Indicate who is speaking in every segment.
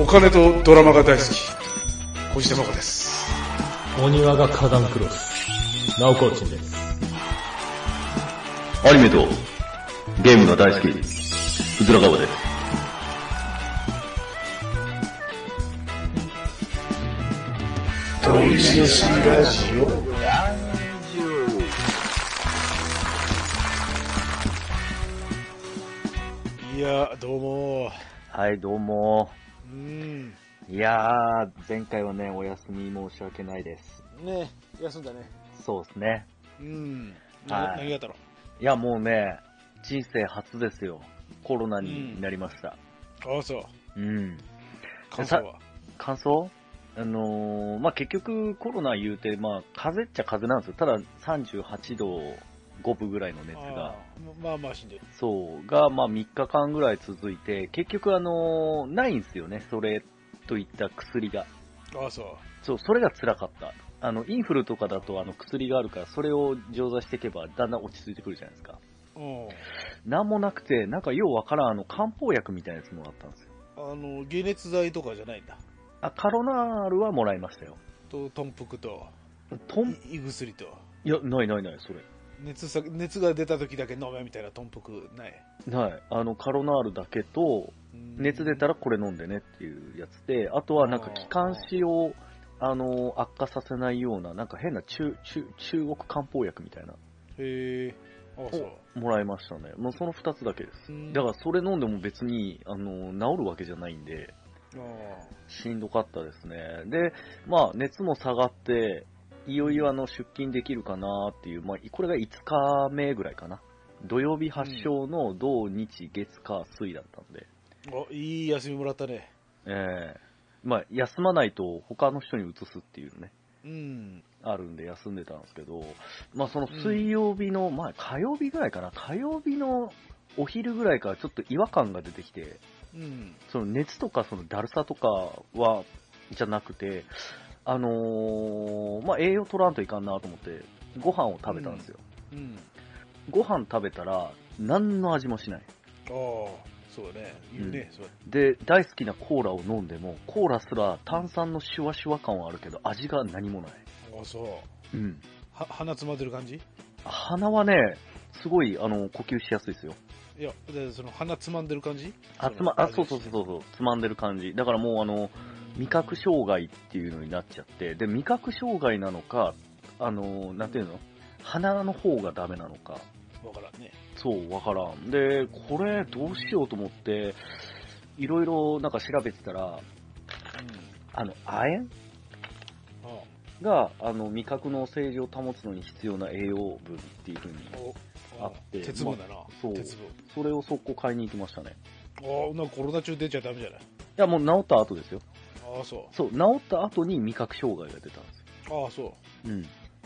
Speaker 1: お金とドラマが大好き、小石真子です。
Speaker 2: お庭が花壇クロス。ナオコーチンです。
Speaker 3: アニメとゲームが大好き、うずらがわです。
Speaker 1: いや、どうも。
Speaker 4: はい、どうも。
Speaker 1: うん。
Speaker 4: いやー、前回はね、お休み申し訳ないです。
Speaker 1: ね休んだね。
Speaker 4: そうですね。
Speaker 1: うん。
Speaker 4: は
Speaker 1: ない何があったの
Speaker 4: いや、もうね、人生初ですよ。コロナになりました。
Speaker 1: ああ、そう。
Speaker 4: うん。
Speaker 1: 感想は。
Speaker 4: 感想あのー、まあ、結局コロナ言うて、まあ、風邪っちゃ風邪なんですよ。ただ、38度5分ぐらいの熱
Speaker 1: あ
Speaker 4: が
Speaker 1: あ。まあまあ死んでる。
Speaker 4: そう、が、まあ、3日間ぐらい続いて、結局、あのー、ないんですよね。それといった薬が。
Speaker 1: ああ、そう。
Speaker 4: そう、それが辛かった。あの、インフルとかだと、あの、薬があるから、それを錠剤していけば、だんだん落ち着いてくるじゃないですか。
Speaker 1: うん。
Speaker 4: なんもなくて、なんかようわからん、あの、漢方薬みたいなやつもらったんですよ。
Speaker 1: あの、解熱剤とかじゃないんだ。
Speaker 4: あ、カロナールはもらいましたよ。
Speaker 1: と、豚腹と、
Speaker 4: とん、
Speaker 1: 胃薬と、
Speaker 4: いや、ないないない、それ。
Speaker 1: 熱さ、熱が出た時だけ飲めみたいな豚腹ない。
Speaker 4: ない。あの、カロナールだけと、
Speaker 1: うん
Speaker 4: 熱出たらこれ飲んでねっていうやつで、あとはなんか気管支を、あの、悪化させないような、なんか変な中、中、中国漢方薬みたいな、
Speaker 1: へえ。ああ、そう。
Speaker 4: もらいましたね。もうその二つだけです。
Speaker 1: うん
Speaker 4: だからそれ飲んでも別に、あの、治るわけじゃないんで、
Speaker 1: あ
Speaker 4: しんどかったですね。で、まあ、熱も下がって、いよいよあの、出勤できるかなっていう、まあ、これが5日目ぐらいかな。土曜日発症の土日月火水だったんで、
Speaker 1: あ。あ、いい休みもらったね。
Speaker 4: ええまあ、休まないと他の人に移すっていうね、
Speaker 1: うん。
Speaker 4: あるんで休んでたんですけど、まあ、その水曜日の、まあ、火曜日ぐらいかな、火曜日のお昼ぐらいからちょっと違和感が出てきて、
Speaker 1: うん。
Speaker 4: その熱とかそのだるさとかは、じゃなくて、あのーまあ、栄養取らんといかんなと思って、ご飯を食べたんですよ。
Speaker 1: うん。
Speaker 4: ご飯食べたら、何の味もしない。
Speaker 1: ああ、そうだね。言うね、そう。
Speaker 4: で、大好きなコーラを飲んでも、コーラすら炭酸のシュワシュワ感はあるけど、味が何もない。
Speaker 1: ああ、そう。
Speaker 4: うん。
Speaker 1: は鼻詰まってる感じ
Speaker 4: 鼻はね、すごい、あの、呼吸しやすいですよ。
Speaker 1: いや、でその鼻つまんでる感じ
Speaker 4: あ、つま、あ、そうそうそうそうそう、つまんでる感じ。だからもうあの、味覚障害っていうのになっちゃって、で、味覚障害なのか、あの、なんていうの鼻の方がダメなのか、
Speaker 1: う。わからんね。
Speaker 4: そう、わからん。で、これどうしようと思って、いろいろなんか調べてたら、あの、亜
Speaker 1: うん。あ
Speaker 4: 鉛が、あの、味覚の正常を保つのに必要な栄養分っていうふうに、
Speaker 1: あ、お
Speaker 4: あって
Speaker 1: 鉄分だな。
Speaker 4: そう
Speaker 1: 鉄分。
Speaker 4: それを速攻買いに行きましたね。
Speaker 1: ああ、なんかコロナ中出ちゃダメじゃない
Speaker 4: いや、もう治った後ですよ。
Speaker 1: ああ、そ
Speaker 4: そう、治った後に味覚障害が出たんですよ
Speaker 1: う。ああ、そう。
Speaker 4: うん、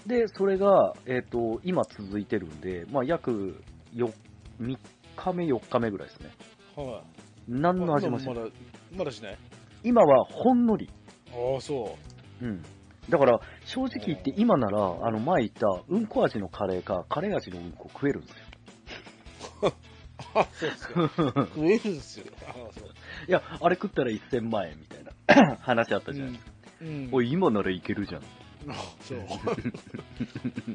Speaker 4: で、それが、えっと今続いてるんで、まあ、約よ3日目、4日目ぐらいですね。
Speaker 1: は
Speaker 4: 何
Speaker 1: い。
Speaker 4: の味もし
Speaker 1: ま
Speaker 4: ない。
Speaker 1: だ、まだしない
Speaker 4: 今はほんのり。
Speaker 1: ああ、そ
Speaker 4: うん。だから、正直言って今なら、あの、前言った、うんこ味のカレーか、カレー味のうんこ食えるんですよ。
Speaker 1: う。ああ、そうっすか。 食えるんすよ。ああ、そう。
Speaker 4: いや、あれ食ったら1000万円みたい な話あったじゃないですか。
Speaker 1: うん。
Speaker 4: おい、今ならいけるじゃん。
Speaker 1: ああそう。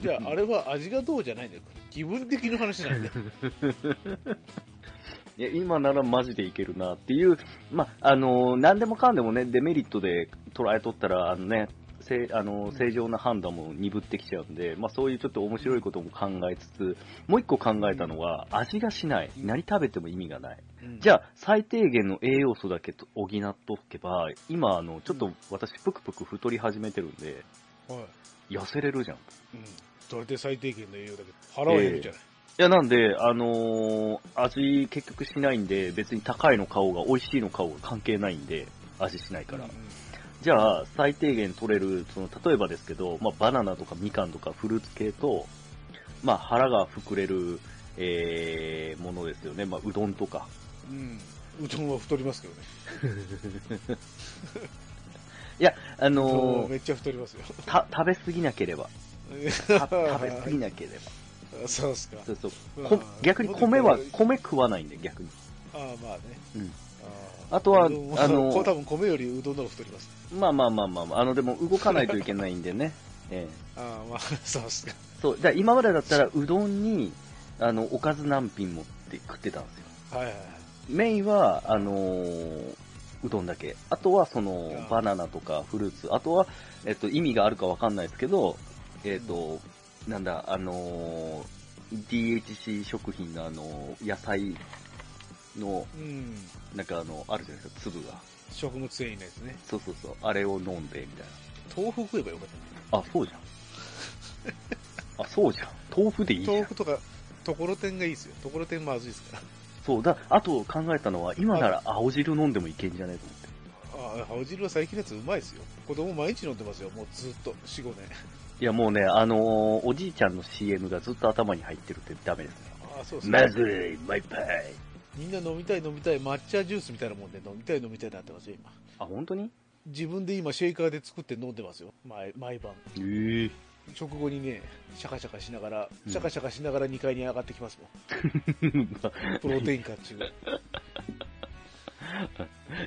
Speaker 1: じゃあ、あれは味がどうじゃないんだよ。気分的な話なんだ よ。
Speaker 4: いや、今ならマジでいけるなっていう、まあ、あのー、何でもかんでもね、デメリットで捉えとったら、あのね、せあのー正常な判断も鈍ってきちゃうんで、まあ、そういうちょっと面白いことも考えつつ、もう一個考えたのは、味がしない。何食べても意味がない。じ
Speaker 1: ゃ
Speaker 4: ゃあ、最低限の栄養素だけと補っとけば、今、あの、ちょっと私、ぷくぷく太り始めてるんで、
Speaker 1: あ、はい。
Speaker 4: 痩せれるじゃん。い
Speaker 1: うん。それで最低限の栄養だけど、腹は減るじゃない。
Speaker 4: や、なんで、あのー味結局しないんで、別に高いの買おうが、美味しいの買おうが関係ないんで、味しないから
Speaker 1: うん。
Speaker 4: じゃあ、最低限取れる、その、例えばですけど、まあ、バナナとかみかんとかフルーツ系と、まあ、腹が膨れる、えー、ものですよね。まあ、うどんとか。
Speaker 1: うん。うどんは太りますけどね。
Speaker 4: いや、あ
Speaker 1: そう
Speaker 4: のー
Speaker 1: めっちゃ太りますよ。
Speaker 4: た、食べ過ぎなければ。た食べ過ぎな ければ。
Speaker 1: あそうっすか。
Speaker 4: そうそう。
Speaker 1: まあ
Speaker 4: こ逆に米は
Speaker 1: もっと、
Speaker 4: 米食わないんで、逆に。
Speaker 1: ああ、まあね。
Speaker 4: うん
Speaker 1: あ
Speaker 4: あとは、あ
Speaker 1: うどんはこれ
Speaker 4: の、
Speaker 1: 多分米よりうどんの方が太ります。
Speaker 4: まあまあまあまあまあ、あの、でも動かないといけないんでね。ええ
Speaker 1: ああ、 まあ、そうっすか。
Speaker 4: そう、だから今までだったら、うどんに、あの、おかず何品もって食ってたんですよ。
Speaker 1: はいはいはい。
Speaker 4: メインは、あのーうどんだけ。あとは、その
Speaker 1: いや、
Speaker 4: バナナとかフルーツ。あとは、えっと、意味があるかわかんないですけど、えっと、なんだ、あのー DHC 食品のあのー野菜の、
Speaker 1: うん。
Speaker 4: なんかあの、あるじゃないですか、粒が。
Speaker 1: 食物繊維のやつね。
Speaker 4: そうそうそう、あれを飲んで、みたい
Speaker 1: 豆腐食えばよかっ
Speaker 4: な。あ、そうじ ゃん。あ、そうじゃん。豆腐でいい
Speaker 1: た。
Speaker 4: じゃ
Speaker 1: 豆
Speaker 4: ん。
Speaker 1: 腐とか、ところてんがいいですよ。ところてんまずいですから。
Speaker 4: そう、だ、あと考えたのは、今なら青汁飲んでもいけんじゃないと思って。
Speaker 1: ああ、青汁は最近のやつうまいですよ。子供毎日飲んでますよ。もうずっと、4、5年。
Speaker 4: いや、もうね、あのーおじいちゃんの CM がずっと頭に入ってるってダメですね。
Speaker 1: ああ、そうっす
Speaker 4: ま
Speaker 1: ね。
Speaker 4: ずい、マイパイ。
Speaker 1: みんな飲みたい飲みたい、抹茶ジュースみたいなもんで飲みたい飲みたいになってますよ、今。
Speaker 4: あ、本当に
Speaker 1: 自分で今、シェイカーで作って飲んでますよ。毎毎晩。
Speaker 4: ええ
Speaker 1: 食後にね、シャカシャカしながら、
Speaker 4: うん
Speaker 1: シャカシャカしながら2階に上がってきます もん。プロテインかっちゅう。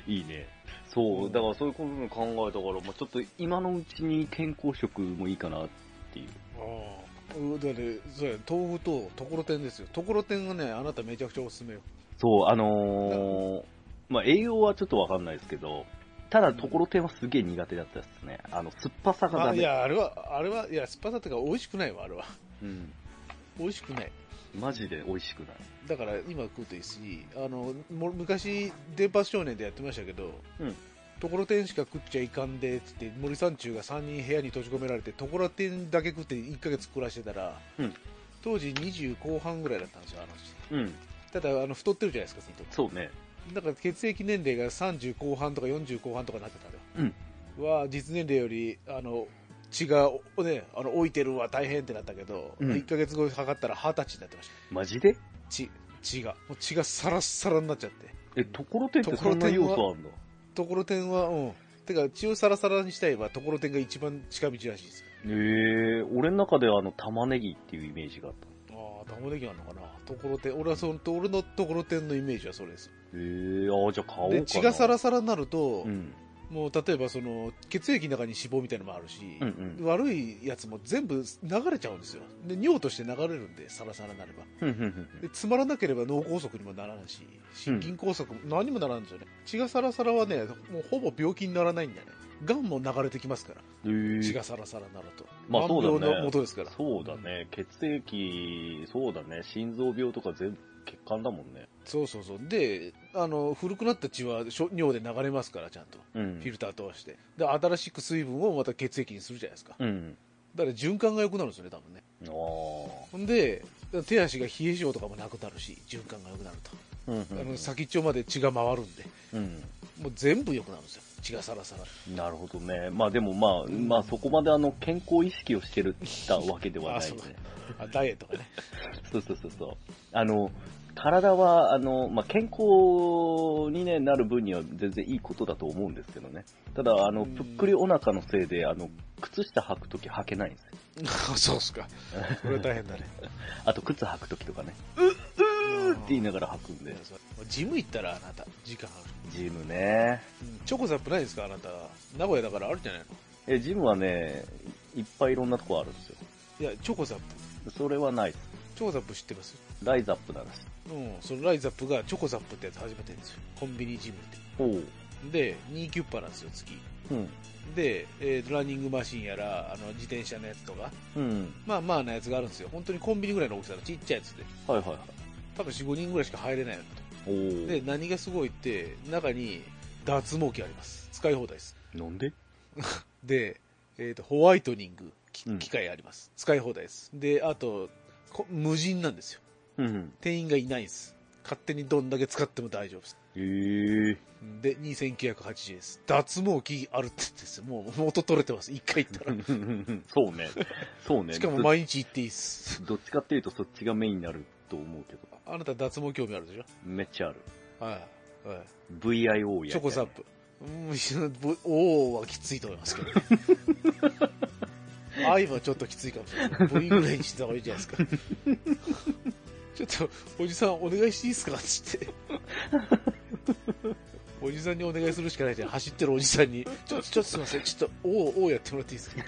Speaker 4: いいね。そうう、
Speaker 1: ん
Speaker 4: だからそういうことも考えたから、まあ、ちょっと今のうちに健康食もいいかなっていう。
Speaker 1: ああ。うんだって、そうや、豆腐とところてんですよ。ところてんがね、あなためちゃくちゃおすすめよ。
Speaker 4: そう、あのーまあ、栄養はちょっとわかんないですけど、ただ、ところてんはすげえ苦手だったですね。あの、酸っぱさがダ
Speaker 1: あい
Speaker 4: メ。
Speaker 1: や、あれは、あれは、いや、酸っぱさとか美味しくないわ、あれは。
Speaker 4: うん。
Speaker 1: 美味しくない。
Speaker 4: マジで美味しくない。
Speaker 1: だから今食うといいし、あのも昔、電波少年でやってましたけど、
Speaker 4: うん
Speaker 1: ところてんしか食っちゃいかんでっつって、森三中が3人部屋に閉じ込められて、ところてんだけ食って1ヶ月暮らしてたら、
Speaker 4: うん
Speaker 1: 当時20後半ぐらいだったんですよ、あの人
Speaker 4: うん。
Speaker 1: ただあの太ってるじゃないですか、ずっ
Speaker 4: そうね。
Speaker 1: とだから血液年齢が30後半とか40後半とかになってたんだよ、は実年齢よりあの血が、おね、あの老いてるわ、大変ってなったけど、
Speaker 4: うん
Speaker 1: 1ヶ月後に測ったら20歳になってました。
Speaker 4: マジで
Speaker 1: 血血がもう血がサラッサラになっちゃって
Speaker 4: え、ところてんってそんな要素あんだ
Speaker 1: ところてんはうんてか血をサラサラにしたいはところてんが一番近道らしいですよ
Speaker 4: ええ俺の中ではあの玉ねぎっていうイメージがあった。
Speaker 1: ああ玉ねぎあるのかなところてん俺はその俺のところてんのイメージはそれです
Speaker 4: ええああ、じゃあ買おうか
Speaker 1: で
Speaker 4: な。
Speaker 1: 血がサラサラになると、
Speaker 4: うん。
Speaker 1: もう例えばその血液の中に脂肪みたいなのもあるし、
Speaker 4: うんうん。
Speaker 1: 悪いやつも全部流れちゃうんですよで尿として流れるんでサラサラになれば
Speaker 4: ふんふんふんふん
Speaker 1: でつまらなければ脳梗塞にもならないし心筋梗塞も何にもならんですよね、血がサラサラはねもうほぼ病気にならないんだねがんも流れてきますから
Speaker 4: えー
Speaker 1: 血がサラサラになると、
Speaker 4: まあそうだね
Speaker 1: 万病の元ですから
Speaker 4: そうだね。血液、そうだね。心臓病とか全部血管だもんね。
Speaker 1: そうそうそうであの古くなった血はしょ尿で流れますからちゃんと
Speaker 4: うん
Speaker 1: フィルター通してで新しく水分をまた血液にするじゃないですか
Speaker 4: うん。
Speaker 1: だから循環が良くなるんですよね多分ね
Speaker 4: ああ。
Speaker 1: ほんで手足が冷え性とかもなくなるし循環が良くなると、
Speaker 4: うん
Speaker 1: あの先っちょまで血が回るんで
Speaker 4: うん。
Speaker 1: もう全部良くなるんですよ血がサラサラ
Speaker 4: なるほどね。まあでもまあ、まあそこまであの、健康意識をしてるったわけではないね。
Speaker 1: あダイエットがね
Speaker 4: そうそうそうそう。あの、体は、あの、まあ、健康に、ね、なる分には全然いいことだと思うんですけどね。ただ、あの、
Speaker 1: うん
Speaker 4: ぷっくりお腹のせいで、あの、靴下履くとき履けないんですよ。
Speaker 1: そうっすか。これは大変だね。
Speaker 4: あと、靴履くときとかね。うって言いながら履くんで。
Speaker 1: ジム行ったらあなた、時間ある。
Speaker 4: ジムね。
Speaker 1: うんチョコザップないですかあなた。名古屋だからあるじゃないの
Speaker 4: え、ジムはね、いっぱいいろんなとこあるんですよ。
Speaker 1: いや、チョコザップ。
Speaker 4: それはないです。
Speaker 1: チョコザップ知ってます
Speaker 4: ライザップなんです。
Speaker 1: うん。そのライザップがチョコザップってやつ始めてるんですよ。コンビニジム
Speaker 4: おう。
Speaker 1: って。で、2キュッパなんですよ、月。
Speaker 4: うん。
Speaker 1: で、えーランニングマシンやら、あの、自転車のやつとか、
Speaker 4: うん。
Speaker 1: まあまあなやつがあるんですよ。本当にコンビニぐらいの大きさのちっちゃいやつで。
Speaker 4: はいはいはい。
Speaker 1: 多分4、5人ぐらいしか入れないのと。
Speaker 4: おう。
Speaker 1: で、何がすごいって、中に脱毛器あります。使い放題です。
Speaker 4: なんで
Speaker 1: で、えー、とホワイトニングき
Speaker 4: うん
Speaker 1: 機械あります、使い放題ですであとこ無人なんですよ
Speaker 4: うん。
Speaker 1: 店員がいないんです勝手にどんだけ使っても大丈夫です
Speaker 4: ええ
Speaker 1: で2980円です脱毛器あるって言ってですよもう元取れてます一回行った ら
Speaker 4: そうね。そうね。
Speaker 1: しかも毎日行っていいっす
Speaker 4: どっちかっていうとそっちがメインになると思うけど、
Speaker 1: あなた脱毛興味あるでしょ
Speaker 4: めっちゃある。
Speaker 1: はい、はい
Speaker 4: VIO や。
Speaker 1: チョコザッ。プうんぶおーはきついと思いますけどね愛はちょっときついかもしれない V ぐらいにした方がいいじゃないですかちょっとおじさんお願いしていいですかっつっておじさんにお願いするしかないじゃん走ってるおじさんに「ちょっとちょっとすいませんちょっとおうおうやってもらっていいですか?」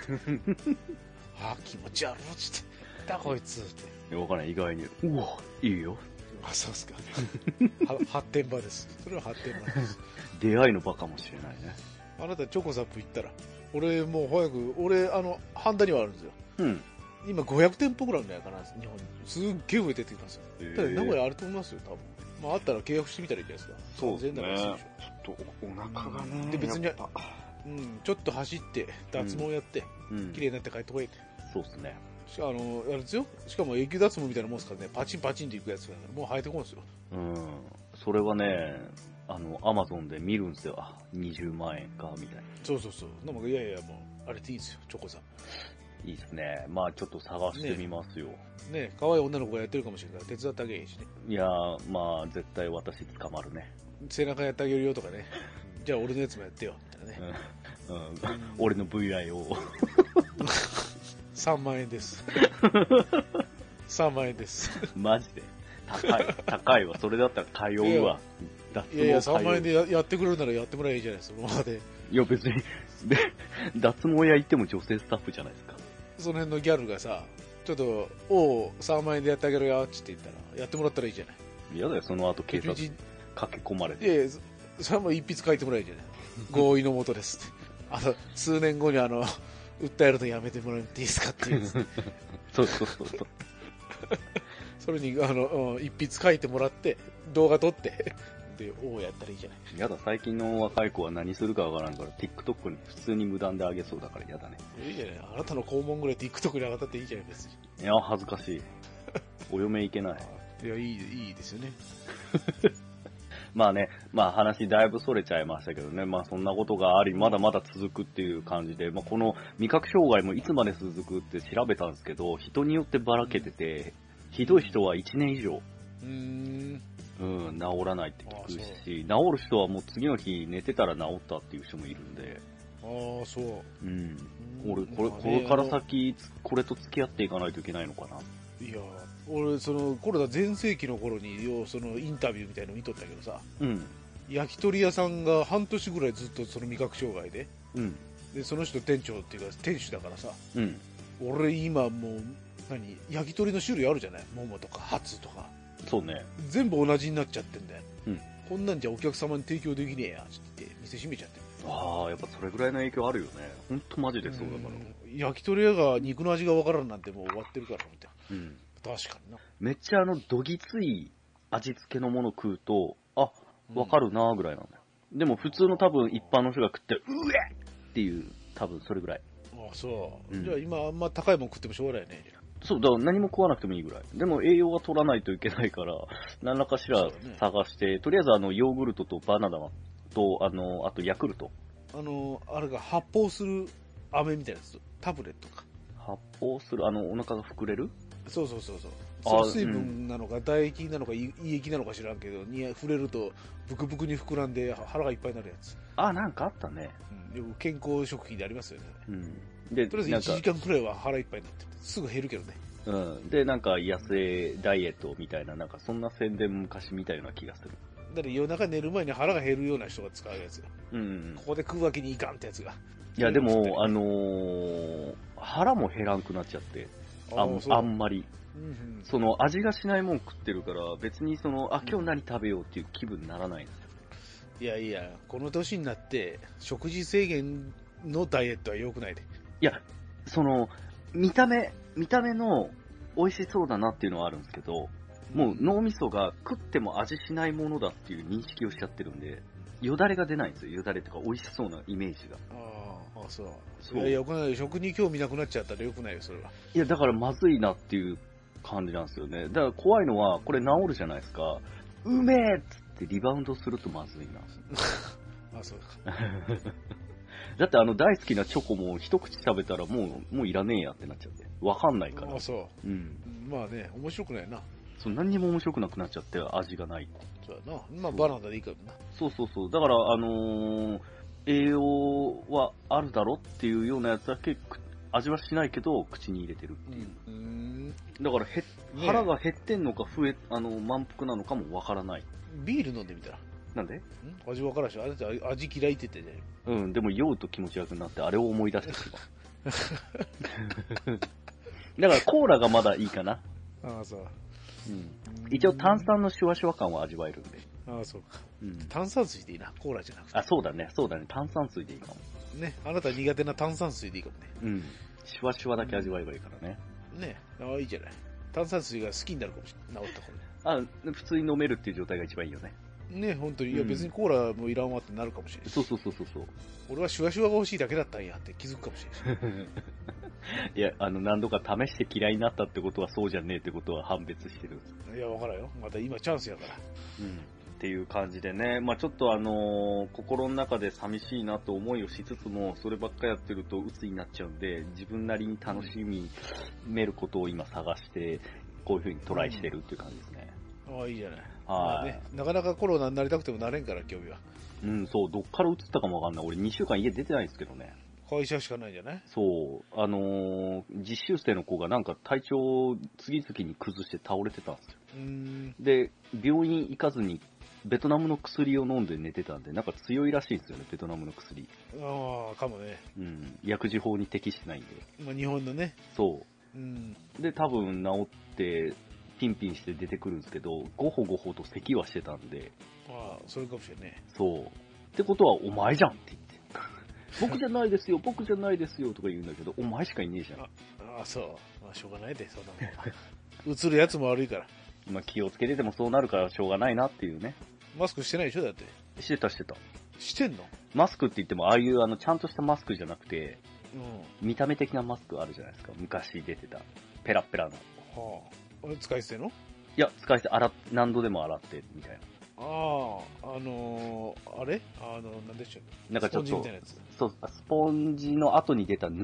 Speaker 1: あー気持ち悪い」っつって「なんだこいつ」って
Speaker 4: いやわからない、意外に。うわ、いいよ。
Speaker 1: 「あそうっすか」 は発展場ですそれは発展場です
Speaker 4: 出会いの場かもしれないね。
Speaker 1: あなたチョコザップ行ったら俺もう早く俺あの半田にはあるんですよ
Speaker 4: うん。
Speaker 1: 今500店舗ぐらいじゃないかな日本にすっげえ増えてってきますよ
Speaker 4: えー
Speaker 1: ただ名古屋あると思いますよ多分まああったら契約してみたらいいじゃないですか
Speaker 5: そうですね
Speaker 1: 3000なら安いでしょ
Speaker 5: ちょっとお腹がね。
Speaker 1: で別に
Speaker 5: やっぱ
Speaker 1: うん、ちょっと走って脱毛やって、
Speaker 4: うん
Speaker 1: 綺麗になって帰ってこいって
Speaker 4: そうっすね。
Speaker 1: しかあのあれですよしかも永久脱毛みたいなもんですからねパチンパチンっていくやつがもう生えてこんですよ
Speaker 4: うん。それはね、あの、アマゾンで見るんですよ。あ、20万円か、みたいな。
Speaker 1: そうそうそうなんかいやいやもうあれでいいんですよチョコさん
Speaker 4: いいっすね。まあちょっと探してみますよ。
Speaker 1: ね可愛い女の子がやってるかもしれないから手伝ってあげへんしね
Speaker 4: いやー、まあ絶対私捕まるね。
Speaker 1: 背中やってあげるよと かねじゃあ俺のやつもやってよみたいなね
Speaker 4: うん。うん、俺の VI を。
Speaker 1: 3万円です3万円 です
Speaker 4: マジで。高い。高いわ。それだったら通うわ。脱毛
Speaker 1: い
Speaker 4: 通う。
Speaker 1: やいや3万円でややってくれるならやってもらえばいいじゃないですか今まで
Speaker 4: いや別に、で、脱毛屋行っても女性スタッフじゃないですか。
Speaker 1: その辺のギャルがさちょっと「おう3万円でやってあげるよ」っつって言ったらやってもらったらいいじゃない
Speaker 4: 嫌だよ、その後警察
Speaker 1: い
Speaker 4: 駆け込まれて。
Speaker 1: やいやそそれはもう一筆書いてもらえばいいじゃない合意のもとですってあの数年後にあの訴えるのやめてもらっていいですかっていう
Speaker 4: そうそうそうそう。
Speaker 1: それにあの、うん一筆書いてもらって動画撮って で「おう」やったらいいじゃない
Speaker 4: やだ、最近の若い子は何するかわからんから、TikTok に普通に無断であげそうだから嫌だね。
Speaker 1: いいじゃないあなたの肛門ぐらい TikTok に上がったっていいじゃない別に
Speaker 4: いや、恥ずか しい。お嫁いけない。
Speaker 1: いやいいいいですよね
Speaker 4: まあね、まあ話だいぶ逸れちゃいましたけどね、まあそんなことがあり、まだまだ続くっていう感じで、まあこの味覚障害もいつまで続くって調べたんですけど、人によってばらけてて、ひどい人は1年以上、
Speaker 1: うーん
Speaker 4: うん、治らないって聞く
Speaker 1: ああ
Speaker 4: し、治る人はもう次の日寝てたら治ったっていう人もいるんで、
Speaker 1: ああそう
Speaker 4: うん。
Speaker 1: うん
Speaker 4: 俺、これ、
Speaker 1: まあ
Speaker 4: こ
Speaker 1: ね
Speaker 4: れから
Speaker 1: あの
Speaker 4: 先、つこれと付き合っていかないといけないのかな。
Speaker 1: いや俺そのコロナ全盛期の頃にようそのインタビューみたいの見とったけどさ
Speaker 4: うん。
Speaker 1: 焼き鳥屋さんが半年ぐらいずっとその味覚障害で
Speaker 4: うん。
Speaker 1: でその人店長っていうか店主だからさ
Speaker 4: うん。
Speaker 1: 俺今もう何焼き鳥の種類あるじゃないももとかハツとか
Speaker 4: そうね。
Speaker 1: 全部同じになっちゃってんだよ、
Speaker 4: うん
Speaker 1: こんなんじゃお客様に提供できねえやつって言って店閉めちゃってる
Speaker 4: ああ、やっぱそれぐらいの影響あるよね。ほんとマジでそうだから。
Speaker 1: うん焼き鳥屋が肉の味がわからんなんてもう終わってるからみたい
Speaker 4: うん。
Speaker 1: な確かにな
Speaker 4: めっちゃあの、どぎつい味付けのもの食うと、あ、わかるなーぐらいなんだよ。でも普通の多分一般の人が食って、うえっていう、多分それぐらい。
Speaker 1: ああそう、
Speaker 4: うん
Speaker 1: じゃあ今あんま高いもん食ってもしょうがないね
Speaker 4: そう、だから何も食わなくてもいいぐらい。でも栄養は取らないといけないから、 何らかし
Speaker 1: そ
Speaker 4: ら
Speaker 1: うだね
Speaker 4: 探して、とりあえずあの、ヨーグルトとバナナと、あの、あとヤクルト。
Speaker 1: あのあれが発泡する飴みたいなやつタブレットか
Speaker 4: 発泡する、あの、お腹が膨れる
Speaker 1: そうそうそうそう
Speaker 4: あ
Speaker 1: その水
Speaker 4: う
Speaker 1: 分なのか唾液なのかい胃液なのか知らんけどに触れるとブクブクに膨らんでは腹がいっぱいになるやつ、
Speaker 4: あ、なんかあったね。
Speaker 1: うん、よく健康食品でありますよね
Speaker 4: うん。で、
Speaker 1: とりあ
Speaker 4: な
Speaker 1: え
Speaker 4: ん
Speaker 1: ず1
Speaker 4: か
Speaker 1: 時、間くらいは腹いっぱいになってるすぐ減るけどね
Speaker 4: うん。で、なんか、野生ダイエットみたいな、なんか、そんな宣伝昔見たような気がする。
Speaker 1: だって夜中寝る前に腹が減るような人が使うやつ
Speaker 4: うん
Speaker 1: こ。こで食うわけにいかんってやつが
Speaker 4: いや、でも、あのー腹も減らんくなっちゃって、あん
Speaker 1: そう
Speaker 4: あんまり。
Speaker 1: うんうん
Speaker 4: その、味がしないもん食ってるから、別にその、あ、今日何食べようっていう気分にならないんですよ。
Speaker 1: いやいやこの年になって食事制限のダイエットは良くないで
Speaker 4: いや、その、見た目、見た目の、美味しそうだなっていうのはあるんですけど、もう脳みそが食っても味しないものだっていう認識をしちゃってるんで、よだれが出ないんですよ、よだれとか美味しそうなイメージが。
Speaker 1: あああそう
Speaker 4: そう
Speaker 1: いやよくないよ食に興味なくなっちゃったらよくないよそれはい
Speaker 4: や、だからまずいなっていう感じなんですよね。だから怖いのは、これ治るじゃないですか。うめえっつってリバウンドするとまずいな。
Speaker 1: あそうか
Speaker 4: だってあの大好きなチョコも一口食べたらもう、もういらねえやってなっちゃって。わかんないから
Speaker 1: あ。そ
Speaker 4: うん。
Speaker 1: うまあね面白くないな
Speaker 4: そう、何にも面白くなくなっちゃって味がない。
Speaker 1: そうやなまあバナナでいいからな
Speaker 4: そうそうそう。だから、あのー栄養はあるだろっていうようなやつだけく味はしないけど、口に入れてる。
Speaker 1: うんうん
Speaker 4: だからへっ、
Speaker 1: ねえ
Speaker 4: 腹が減ってんのか増え、あの、満腹なのかもわからない。
Speaker 1: ビール飲んでみたら
Speaker 4: なんで
Speaker 1: ん味分からんし、あなた味嫌いって言ってね。
Speaker 4: うん、でも酔うと気持ち悪くなって、あれを思い出してしま う。だからコーラがまだいいかな。
Speaker 1: ああ、そう。
Speaker 4: うん、一応炭酸のシュワシュワ感は味わえるんで。
Speaker 1: ああ、そうか。
Speaker 4: うん、
Speaker 1: 炭酸水でいいな、コーラじゃなくて。
Speaker 4: あ、そうだね、そうだね、炭酸水でいいかも。
Speaker 1: ね、あなた苦手な炭酸水でいいかもね。
Speaker 4: うん。シュワシュワだけ味わえばいいからね。
Speaker 1: ね、ああ、いいじゃない。炭酸水が好きになるかもしれない。治った頃
Speaker 4: あ、普通に飲めるっていう状態が一番いいよね。
Speaker 1: ね。ね、本当に、いや
Speaker 4: うん
Speaker 1: 別にコーラもいらんわってなるかもしれない。
Speaker 4: そうそうそうそうそう。
Speaker 1: 俺はシュワシュワが欲しいだけだったんやって気づくかもしれない。
Speaker 4: いや、あの、何度か試して嫌いになったってことはそうじゃねえってことは判別してる。
Speaker 1: いや、わからんよ。また今チャンスやから。
Speaker 4: っていう感じでね、まあちょっとあのー心の中で寂しいなと思いをしつつも、そればっかやってると鬱になっちゃうんで、自分なりに楽しみ、めることを今探して、こういう風にトライしてるっていう感じですね。
Speaker 1: ああ、いいじゃない。まあ
Speaker 4: はい
Speaker 1: ね、なかなかコロナになりたくてもなれんから、興味は。
Speaker 4: うん、そう、どっから移ったかもわかんない。俺2週間家出てないんですけどね。
Speaker 1: 会社しかないんじゃない
Speaker 4: そう、あのー実習生の子がなんか体調を次々に崩して倒れてたんですよ。
Speaker 1: うーん。
Speaker 4: で、病院行かずに、ベトナムの薬を飲んで寝てたんで、なんか強いらしいんですよね、ベトナムの薬。
Speaker 1: ああ、かもね。
Speaker 4: うん、薬事法に適してないんで。
Speaker 1: まあ、日本のね。
Speaker 4: そ
Speaker 1: うん。
Speaker 4: う。で、多分治って、ピンピンして出てくるんですけど、ごほごほと咳はしてたんで、
Speaker 1: ああ、それかもしれんね。
Speaker 4: そう。ってことは、お前じゃんって 言って。僕じゃないですよ、僕じゃないですよとか言うんだけど、お前しかいねえじゃん。
Speaker 1: ああ、そう。まあ、しょうがないで、そんなもん。映るやつも悪いから。
Speaker 4: まあ、気をつけててもそうなるからしょうがないなっていうね。
Speaker 1: マスクしてないでしょだって。
Speaker 4: してたしてた。
Speaker 1: してんの
Speaker 4: マスクって言っても、ああいうあの、ちゃんとしたマスクじゃなくて、
Speaker 1: うん。
Speaker 4: 見た目的なマスクあるじゃないですか。昔出てた。ペラッペラの。い
Speaker 1: はあ。あれ使い捨ての
Speaker 4: や、使い捨て、洗っ、何度でも洗って、みたい
Speaker 1: ああ、あのー、あれあの、なんでしょう。
Speaker 4: な。なんかちょっ
Speaker 1: スポンジみた
Speaker 4: と
Speaker 1: い、なやつ。
Speaker 4: そう、スポンジの後に出た布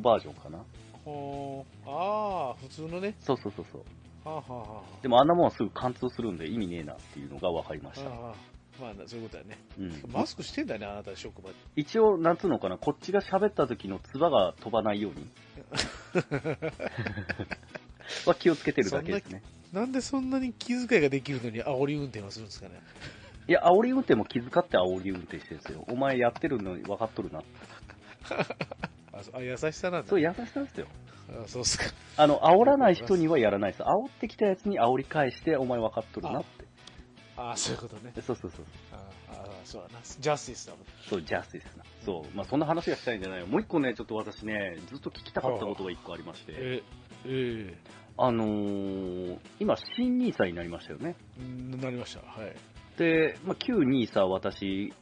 Speaker 4: バージョンかな。
Speaker 1: はあ。ああ、普通のね。
Speaker 4: そうそうそうそう。
Speaker 1: はあ、はあはあ、
Speaker 4: でもあんなもんはすぐ貫通するんで意味ねえなっていうのが分かりました。
Speaker 1: ああまあ、そういうことだね。
Speaker 4: うん。
Speaker 1: マスクしてんだね、あなた、職場で。
Speaker 4: 一応、なんつうのかな、こっちが喋った時の唾が飛ばないよう に。は気をつけてるだけですね。
Speaker 1: なんでそんなに気遣いができるのに煽り運転はするんですかね。
Speaker 4: いや、煽り運転も気遣って煽り運転してるんですよ。お前やってるのに分かっとるな。
Speaker 1: あ、そうあ優しさなんだ。
Speaker 4: そう優しさですよ。
Speaker 1: あそうっすか。
Speaker 4: あの、煽らない人にはやらないです。煽ってきたやつに煽り返して、お前分かっとるなって。
Speaker 1: あそういうことね。
Speaker 4: そうそうそう。
Speaker 1: ああ、そうだな。ジャスティスだもん。
Speaker 4: そう、ジャスティスな。そう。まあ、そんな話がしたいんじゃないよ。もう一個ね、ちょっと私ね、ずっと聞きたかったことが一個ありまして、
Speaker 1: え、え
Speaker 4: あのー、今、新ニーサになりましたよね。
Speaker 1: えんなりました。はい。
Speaker 4: で、まあ、旧ニーサ私、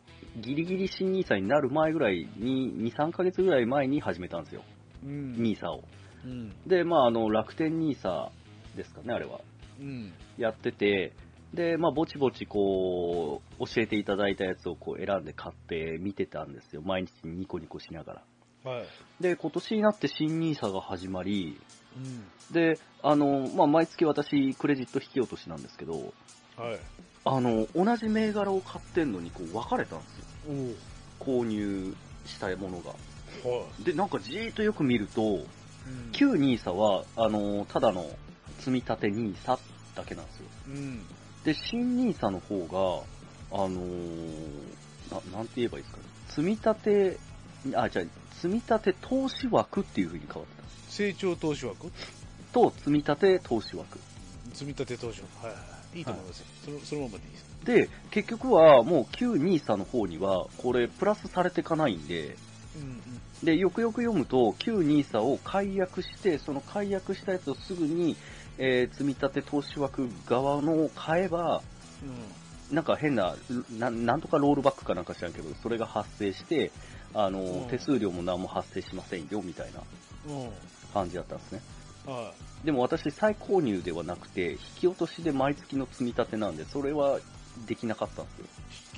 Speaker 4: ギリギリ新ニーサになる前ぐらいに、2、3ヶ月ぐらい前に始めたんですよ。
Speaker 1: うん
Speaker 4: ニーサを。
Speaker 1: うん。
Speaker 4: で、まあ、あの、楽天ニーサですかね、あれは。
Speaker 1: うん。
Speaker 4: やってて、で、まあ、ぼちぼちこう、教えていただいたやつをこう選んで買って見てたんですよ。毎日ニコニコしながら。
Speaker 1: はい。
Speaker 4: で、今年になって新ニーサが始まり、
Speaker 1: うん。
Speaker 4: で、あの、まあ、毎月私クレジット引き落としなんですけど、
Speaker 1: はい。
Speaker 4: あの、同じ銘柄を買ってんのにこう分かれたんですよ。
Speaker 1: お
Speaker 4: 購入したいものが。
Speaker 1: お。はい。
Speaker 4: で、なんかじーっとよく見ると、
Speaker 1: うん
Speaker 4: 旧ニーサは、あの、ただの積み立てニーサだけなんですよ。
Speaker 1: うん。
Speaker 4: で、新ニーサの方が、あのーな、なんて言えばいいですかね。積み立て、あ、じゃ積み立て投資枠っていう風に変わってたんです。
Speaker 1: 成長投資枠
Speaker 4: と、積み立て投資枠。
Speaker 1: 積み立て投資枠。はいはい。いいと思いますよ。その、そのままでいいです。
Speaker 4: で、結局はもう旧ニーサの方には、これプラスされてかないんで、
Speaker 1: うん
Speaker 4: で、よくよく読むと、旧ニーサを解約して、その解約したやつをすぐに、えー積み立て投資枠側のを買えば、
Speaker 1: うん。
Speaker 4: なんか変な、ななんとかロールバックかなんか知らんけど、それが発生して、あの、
Speaker 1: うん
Speaker 4: 手数料も何も発生しませんよ、みたいな
Speaker 1: うん。うん。
Speaker 4: 感じだったんですね。
Speaker 1: は
Speaker 4: でも私、再購入ではなくて、引き落としで毎月の積み立てなんで、それはできなかったんで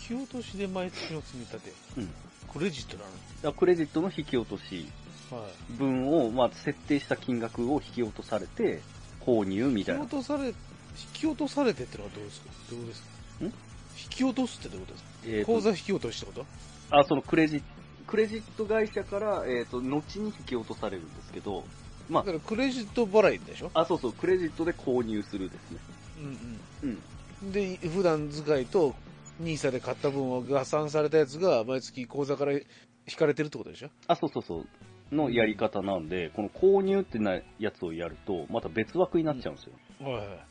Speaker 4: すよ。
Speaker 1: い。引き落としで毎月の積み立て。
Speaker 4: うん。
Speaker 1: クレジットな
Speaker 4: だからクレジットの引き落とし
Speaker 1: の。はい。
Speaker 4: 分を、まあ、設定した金額を引き落とされて、購入み
Speaker 1: 引き
Speaker 4: たいな
Speaker 1: 落。とされ、引き落とされてってのはどうですかどうですか
Speaker 4: ん
Speaker 1: 引き落とすってどういうことですか
Speaker 4: えーと
Speaker 1: 口座引き落としってこと
Speaker 4: あ、そのクレジット、クレジット会社から、えっ、と、後に引き落とされるんですけど、
Speaker 1: だからクレジット払いでしょ
Speaker 4: あ、そうそう、クレジットで購入するですね。
Speaker 1: うん
Speaker 4: うん。
Speaker 1: うん。で、普段使いと、ニーサで買った分を合算されたやつが、毎月口座から引かれてるってことでしょ
Speaker 4: あ、そうそうそう。のやり方なんで、この購入ってなやつをやると、また別枠になっちゃうんですよ。
Speaker 1: はいはい。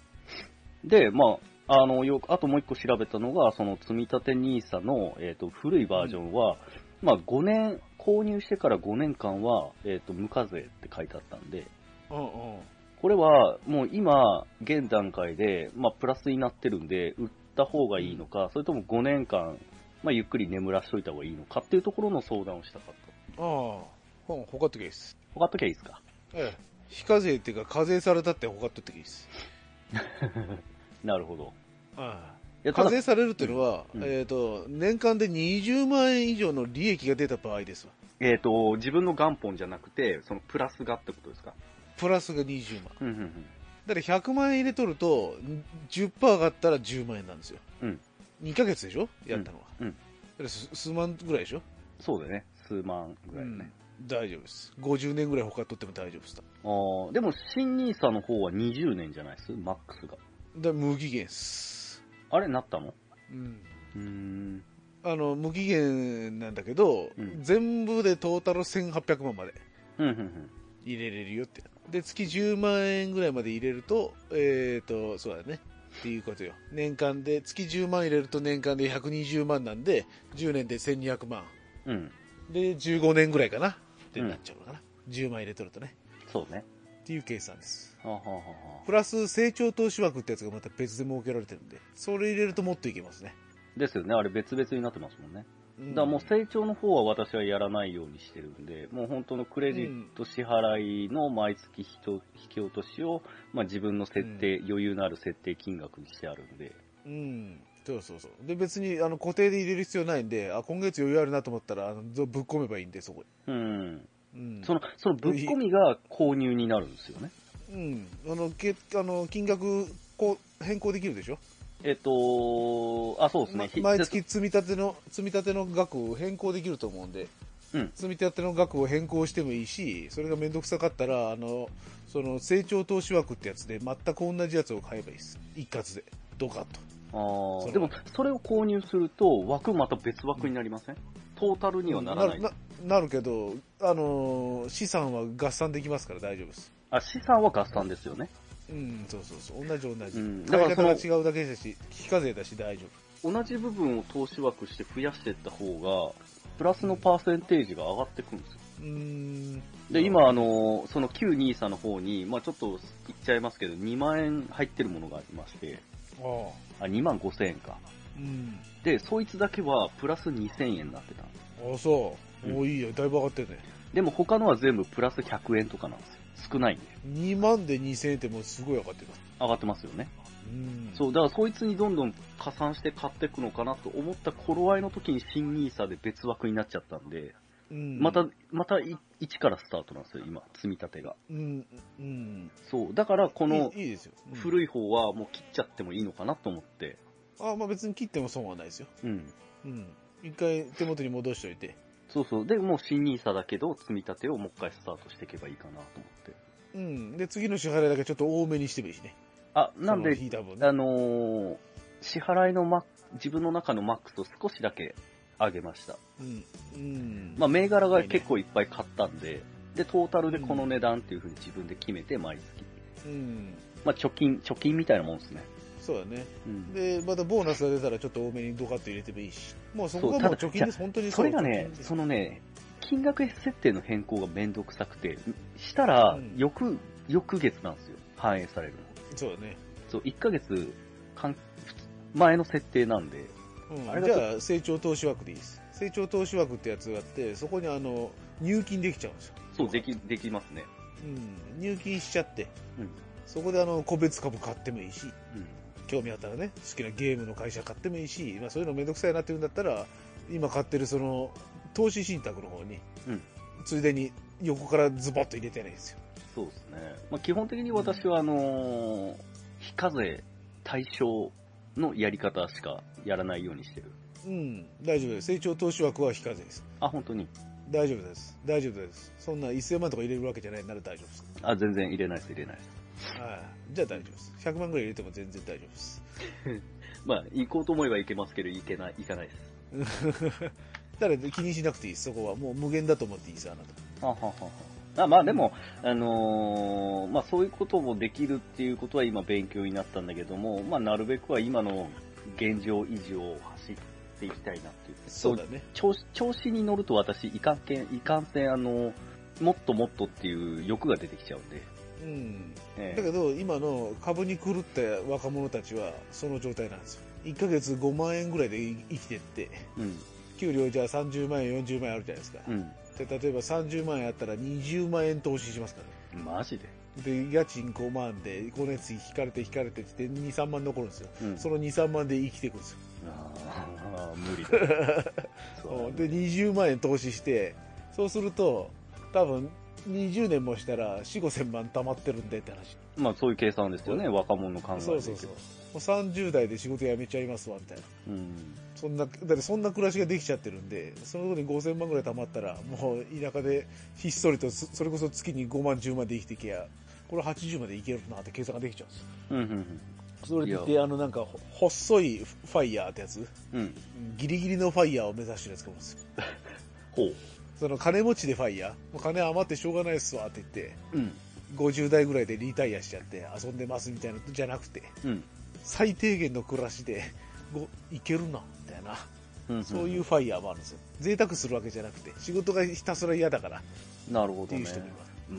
Speaker 4: で、まあ、あの、よく、あともう一個調べたのが、その積み立て NISA の、えっ、と、古いバージョンは、まあ、5年、購入してから5年間は、えっ、と、無課税って書いてあったんで、
Speaker 1: うんうん。
Speaker 4: これは、もう今、現段階で、まあ、プラスになってるんで、売った方がいいのか、それとも5年間、まあ、ゆっくり眠らしといた方がいいのかっていうところの相談をしたかった。
Speaker 1: ああ、ほん、ほかっときゃいいっす。
Speaker 4: 分かっときゃいいですか
Speaker 1: ええ。非課税っていうか、課税されたってほかっときゃいいっす。
Speaker 4: なるほど。
Speaker 1: あ
Speaker 4: いや
Speaker 1: 課税されるっていうのは、
Speaker 4: うん
Speaker 1: えっ、と、年間で20万円以上の利益が出た場合ですわ。
Speaker 4: えっ、と、自分の元本じゃなくて、そのプラスがってことですか
Speaker 1: プラスが20万。
Speaker 4: うんうんうん。
Speaker 1: だから100万円入れとると、10%上がったら10万円なんですよ。
Speaker 4: うん
Speaker 1: 2ヶ月でしょやったのは。
Speaker 4: うんうん
Speaker 1: だからす数万ぐらいでしょ、
Speaker 4: そうだね。数万ぐらいだね。
Speaker 1: うん大丈夫です。50年ぐらい他取っても大丈夫です。だか
Speaker 4: あーでも、新ニーサの方は20年じゃないですマックスが。
Speaker 1: ら無期限っす。
Speaker 4: あれ、なったの
Speaker 1: うん。
Speaker 4: うーん。
Speaker 1: あの、無期限なんだけど、
Speaker 4: うん
Speaker 1: 全部でトータル1800万まで
Speaker 4: うんうんうん。
Speaker 1: 入れれるよって。で、月10万円ぐらいまで入れると、えっ、と、そうだね。っていうことよ。年間で、月10万入れると年間で120万なんで、10年で1200万。
Speaker 4: うん。
Speaker 1: で、15年ぐらいかなってなっちゃうのかな。10万入れとるとね。
Speaker 4: そうね。
Speaker 1: っていう計算です。
Speaker 4: はあ、はあはあは
Speaker 1: プラス成長投資枠ってやつがまた別で設けられてるんで、それ入れるともっといけますね。
Speaker 4: あ、ですよね。あれ、別々になってますもんね。
Speaker 1: うん
Speaker 4: だからもう成長の方は私はやらないようにしてるんで、もう本当のクレジット支払いの毎月ひと引き落としを、まあ、自分の設定、余裕のある設定金額にしてあるんで、
Speaker 1: うん。そうそうそう。で、別に、あの、固定で入れる必要ないんで、あ、今月余裕あるなと思ったら、あの、ぶっ込めばいいんで、そこ
Speaker 4: うん。
Speaker 1: に。うん。
Speaker 4: その、そのぶっ込みが購入になるんですよね。
Speaker 1: うん。あの、け、あの、金額、こう、変更できるでしょ
Speaker 4: えっと、あ、そうです
Speaker 1: ま
Speaker 4: ね。ひ
Speaker 1: 毎月積み立ての、積み立ての額を変更できると思うんで、
Speaker 4: うん
Speaker 1: 積み立ての額を変更してもいいし、それがめんどくさかったら、あの、その、成長投資枠ってやつで、全く同じやつを買えばいいです。一括で。ドカッと。
Speaker 4: あー
Speaker 1: その
Speaker 4: でも、それを購入すると、枠また別枠になりません、トータルにはならない。
Speaker 1: ななるけど、あのー資産は合算できますから大丈夫です。
Speaker 4: あ、資産は合算ですよね。
Speaker 1: うん、そうそうそう。同じ同じ。
Speaker 4: うんだ
Speaker 1: だ
Speaker 4: か
Speaker 1: からら
Speaker 4: そ
Speaker 1: 方が違
Speaker 4: の
Speaker 1: うだけだし、非課税だし大丈
Speaker 4: 同じ部分を投資枠して増やしていった方が、プラスのパーセンテージが上がってくるんですよ。
Speaker 1: 夫。うーん。
Speaker 4: で、今、あの、その旧 NISA の方に、まあちょっと言っちゃいますけど、2万円入ってるものがありまして、
Speaker 1: ああ。
Speaker 4: あ、2万5千円か。
Speaker 1: うん。
Speaker 4: で、そいつだけはプラス2千円になってたんです。
Speaker 1: ああ、そう。
Speaker 4: うん
Speaker 1: もういいよ。だいぶ上がってるね。
Speaker 4: でも他のは全部プラス100円とかなんですよ。少ないんで。
Speaker 1: 2万で2000円ってもうすごい上がってます。
Speaker 4: 上がってますよね。
Speaker 1: うん。
Speaker 4: そう、だからそいつにどんどん加算して買っていくのかなと思った頃合いの時に新 NISA で別枠になっちゃったんで、
Speaker 1: うん。
Speaker 4: また、またい1からスタートなんですよ、今、積み立てが。
Speaker 1: うん。うん。
Speaker 4: そう、だからこ
Speaker 1: こ
Speaker 4: の
Speaker 1: いいいいですよ。うん
Speaker 4: 古い方はもう切っちゃってもいいのかなと思って、
Speaker 1: ああ、まあ別に切っても損はないですよ。
Speaker 4: うん。
Speaker 1: うん。一回手元に戻しといて。
Speaker 4: そうそう、で、もう新 NISA だけど、積み立てをもう一回スタートしていけばいいかなと思って。
Speaker 1: うん。で、次の支払いだけちょっと多めにしてもいいしね。
Speaker 4: あ、なんで
Speaker 1: その、引いた分ね
Speaker 4: あのー支払いのマック自分の中のマックスを少しだけ上げました。
Speaker 1: うん。うん。
Speaker 4: まあ、銘柄が
Speaker 1: いいね
Speaker 4: 結構いっぱい買ったんで、で、トータルでこの値段っていうふうに自分で決めて、毎月。
Speaker 1: うん。
Speaker 4: まあ、貯金、貯金みたいなもんですね。
Speaker 1: そうだね。
Speaker 4: うん。
Speaker 1: で、またボーナスが出たらちょっと多めにドカッと入れてもいいし。もうそこ
Speaker 4: そ
Speaker 1: が
Speaker 4: うた
Speaker 1: もう
Speaker 4: だ
Speaker 1: 貯金です。本当に
Speaker 4: それが
Speaker 1: 貯
Speaker 4: ね
Speaker 1: 金で、す
Speaker 4: そのね、金額設定の変更がめんどくさくて、したら
Speaker 1: うん、
Speaker 4: 翌、翌月なんですよ。反映されるの。
Speaker 1: そうだね。
Speaker 4: そう、1ヶ月、かん前の設定なんで、あ
Speaker 1: う
Speaker 4: れ
Speaker 1: ん、
Speaker 4: だ
Speaker 1: じ
Speaker 4: と
Speaker 1: ゃあ、成長投資枠でいいです。成長投資枠ってやつがあって、そこにあの、入金できちゃうんですよ。
Speaker 4: そう、でき、できますね。
Speaker 1: うん。入金しちゃって、
Speaker 4: うん
Speaker 1: そこであの、個別株買ってもいいし、
Speaker 4: うん。
Speaker 1: 興味あったらね、好きなゲームの会社買ってもいいし、まあそういうのめんどくさいなっていうんだったら、今買ってるその、投資信託の方に、
Speaker 4: うん
Speaker 1: ついでに横からズボッと入れてないいですよ。
Speaker 4: そうですね。まあ、基本的に私は、あのー非課税対象のやり方しかやらないようにしてる。
Speaker 1: うん、大丈夫です。成長投資枠は非課税です。
Speaker 4: あ、本当に。
Speaker 1: 大丈夫です。大丈夫です。そんな1000万とか入れるわけじゃないなら大丈夫です。
Speaker 4: あ、全然入れないです、入れないです。
Speaker 1: はい。じゃあ大丈夫です。100万ぐらい入れても全然大丈夫です。
Speaker 4: まあ、行こうと思えば行けますけど、行けない、行かないです。
Speaker 1: だから気にしなくていいです、そこは。もう無限だと思っていいです、あなた。
Speaker 4: はははあまあでも、あのーまあそういうこともできるっていうことは今勉強になったんだけども、まあなるべくは今の現状維持を走っていきたいなっていう。
Speaker 1: そうだね。
Speaker 4: 調子、調子に乗ると私、いかんけん、いかんせん、あの、もっともっとっていう欲が出てきちゃうんで。
Speaker 1: うん。
Speaker 4: え
Speaker 1: だ
Speaker 4: え
Speaker 1: けど、今の株に狂った若者たちは、その状態なんですよ。1ヶ月5万円ぐらいで生きてって、
Speaker 4: うん、
Speaker 1: 給料じゃあ30万円、40万円あるじゃないですか。
Speaker 4: うん。
Speaker 1: で例えば30万円あったら20万円投資しますからね。
Speaker 4: マジで。
Speaker 1: で、家賃5万で、光熱費引かれて引かれてきて、2、3万残るんですよ。
Speaker 4: うん。
Speaker 1: その2、3万で生きていくんですよ。
Speaker 4: ああ、無理だ。そう
Speaker 1: で、20万円投資して、そうすると、多分、20年もしたら4、5千万貯まってるんでって話。
Speaker 4: まあそういう計算ですよね、若者の考えで。
Speaker 1: そうそうそう。もう30代で仕事辞めちゃいますわ、みたいな。
Speaker 4: うん。
Speaker 1: そんな、だってそんな暮らしができちゃってるんで、そのとこに5000万ぐらい貯まったら、もう田舎でひっそりと、そそれこそ月に5万、10万で生きていけや、これ80までいけるなって計算ができちゃうんですよ。
Speaker 4: うん、うん、
Speaker 1: それでい
Speaker 4: い
Speaker 1: て、あのなんか、ほ細いファイヤーってやつ、
Speaker 4: うん。うん。
Speaker 1: ギリギリのファイヤーを目指してるやつがいるんですよ。
Speaker 4: ほう。
Speaker 1: その金持ちでファイヤー、もう金余ってしょうがないっすわって言って、
Speaker 4: うん。
Speaker 1: 50代ぐらいでリタイアしちゃって遊んでますみたいなのじゃなくて、
Speaker 4: うん。
Speaker 1: 最低限の暮らしで、ごいけるな、みたいな。
Speaker 4: うん
Speaker 1: そういうファイヤーもあるんですよ。贅沢するわけじゃなくて、仕事がひたすら嫌だからっ
Speaker 4: なるほ
Speaker 1: て
Speaker 4: ど
Speaker 1: いう
Speaker 4: ね。
Speaker 1: 人もい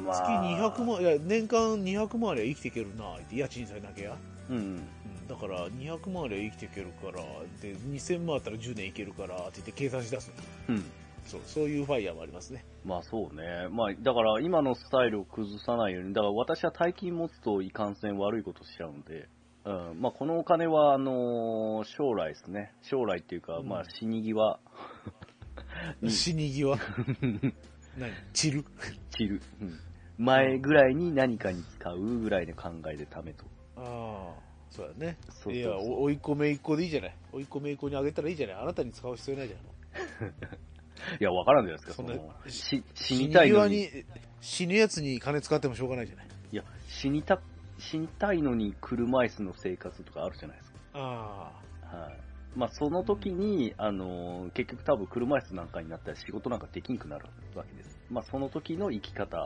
Speaker 1: ます。
Speaker 4: ま
Speaker 1: 月200万、いや、年間200万ありゃ生きていけるな、って家賃さえなきゃ。
Speaker 4: うん。
Speaker 1: うんだから200万ありゃ生きていけるから、で、2000万あったら10年いけるから、って言って計算し出すの
Speaker 4: うん。
Speaker 1: そう、そういうファイヤーもありますね。
Speaker 4: まあそうね。まあ、だから今のスタイルを崩さないように、だから私は大金持つといかんせん悪いことしちゃうんで、うん、まあこのお金は、あのー将来ですね。将来っていうか、
Speaker 1: うん
Speaker 4: まあ死に際、うん
Speaker 1: 死に 際。何散る
Speaker 4: 散る。うん前ぐらいに何かに使うぐらいの考えで貯めと。
Speaker 1: ああ、そうだね。
Speaker 4: そうそうそう
Speaker 1: いや、おいっ子めいっ子でいいじゃない。おいっ子めいっ子にあげたらいいじゃない。あなたに使う必要ないじゃん。
Speaker 4: いや、わからんじゃないですか、
Speaker 1: そんな
Speaker 4: その、し死
Speaker 1: 死
Speaker 4: に
Speaker 1: に
Speaker 4: たいの
Speaker 1: 際
Speaker 4: に。
Speaker 1: に、死ぬやつに金使ってもしょうがないじゃない。
Speaker 4: いや、死にた、死にたいのに車椅子の生活とかあるじゃないですか。
Speaker 1: あ
Speaker 4: はい。まあ、その時に、あのー結局多分車椅子なんかになったら仕事なんかできんくなるわけです。まあ、その時の生き方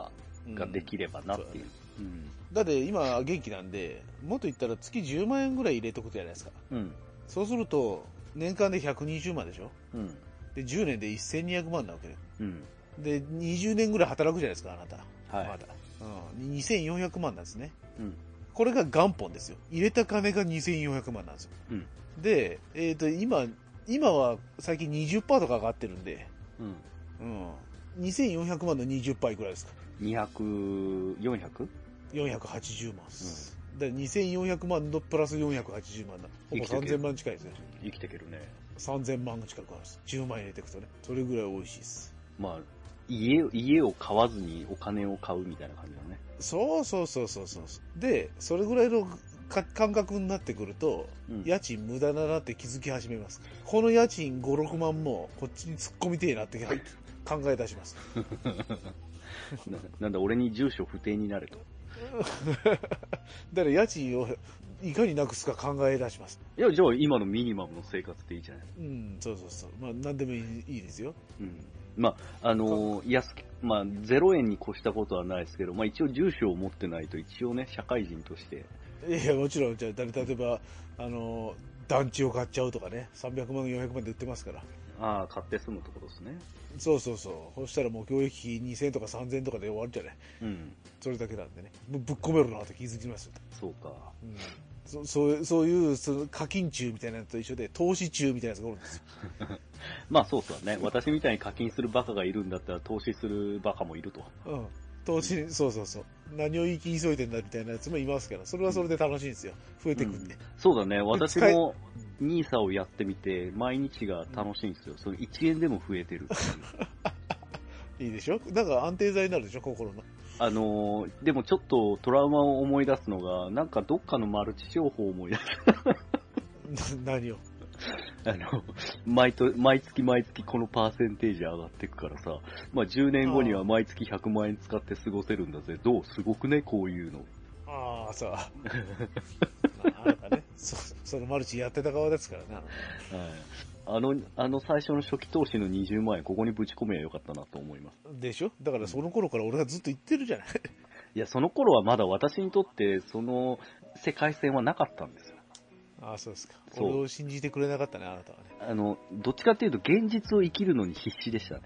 Speaker 1: あ
Speaker 4: ができればなっていう。うん。
Speaker 1: だって今元気なんで、もっと言ったら月10万円ぐらい入れとくじゃないですか。
Speaker 4: うん。
Speaker 1: そうすると、年間で120万でしょ
Speaker 4: うん。
Speaker 1: で、10年で1200万なわけで。
Speaker 4: うん。
Speaker 1: で、20年ぐらい働くじゃないですか、あなた。
Speaker 4: はい
Speaker 1: まだ。うん。2400万なんですね。
Speaker 4: うん
Speaker 1: これが元本ですよ。入れた金が2400万なんですよ。
Speaker 4: うん
Speaker 1: で、えっ、と、今、今は最近20%とか上がってるんで、
Speaker 4: うん。
Speaker 1: うん。2400万の20%いくらですか
Speaker 4: 200、400?
Speaker 1: 480万です。だから2400万のプラス480万だ。ほぼ
Speaker 4: 生きてけ
Speaker 1: 3000万近いですね。
Speaker 4: 生きていけるね。
Speaker 1: 3000万近くあるんです。10万入れていくとね。それぐらい美味しいです。
Speaker 4: まあ、家、家を買わずにお金を買うみたいな感じだね。
Speaker 1: そうそうそうそうそうそう。で、それぐらいのか感覚になってくると、
Speaker 4: うん。
Speaker 1: 家賃無駄だなって気づき始めます。この家賃5、6万もこっちに突っ込みてえなって考え出します。
Speaker 4: な なんだ、俺に住所不定になれと。
Speaker 1: だから家賃をいかになくすか考え出します。
Speaker 4: いや、じゃあ今のミニマムの生活でいいじゃない
Speaker 1: うん、そうそうそう。まあ何でもいいいいですよ。
Speaker 4: うんまあ、あのー安く、まあ、0円に越したことはないですけど、まあ、一応住所を持ってないと、一応ね、社会人として、
Speaker 1: いや、もちろん、じゃあ、誰、例えば、あの、団地を買っちゃうとかね、300万、400万で売ってますから。
Speaker 4: ああ、買って住むところですね。
Speaker 1: そうそうそう。そしたらもう教育費2000とか3000とかで終わるじゃない。
Speaker 4: うん、
Speaker 1: それだけなんでね。ぶぶっ込めるなって気づきますよ。
Speaker 4: そうか。
Speaker 1: うん。そそうそういう、その課金中みたいなのと一緒で、投資中みたいなやつがおるんですよ。
Speaker 4: まあ、そうそうね。私みたいに課金するバカがいるんだったら、投資するバカもいると。
Speaker 1: うん。投資、そうそうそう。何を生き急いでんだみたいなやつもいますから、それはそれで楽しいんですよ。増えてくんで。
Speaker 4: そうだね。私も、ニーサをやってみて、毎日が楽しいんですよ。その1円でも増えてるってい
Speaker 1: い
Speaker 4: う。
Speaker 1: いでしょなんか安定剤になるでしょ心の。
Speaker 4: あのーでもちょっとトラウマを思い出すのが、なんかどっかのマルチ情報を思い出す
Speaker 1: な何を。
Speaker 4: あの、 毎と毎月毎月このパーセンテージ上がってくからさ、まあ、10年後には毎月100万円使って過ご せるんだぜ。どうすごくねこういうの。
Speaker 1: ああ、さあ。なんかね、そそのマルチやってた側ですからな。
Speaker 4: あの、あの最初の初期投資の20万円、ここにぶち込めばよかったなと思います。
Speaker 1: でしょだからその頃から俺はずっと言ってるじゃない。
Speaker 4: いや、その頃はまだ私にとって、その世界線はなかったんですよ。
Speaker 1: ああ、そうですか。
Speaker 4: そう
Speaker 1: 俺を信じてくれなかったね、あなた はね。
Speaker 4: あの、どっちかっていうと、現実を生きるのに必死でしたね。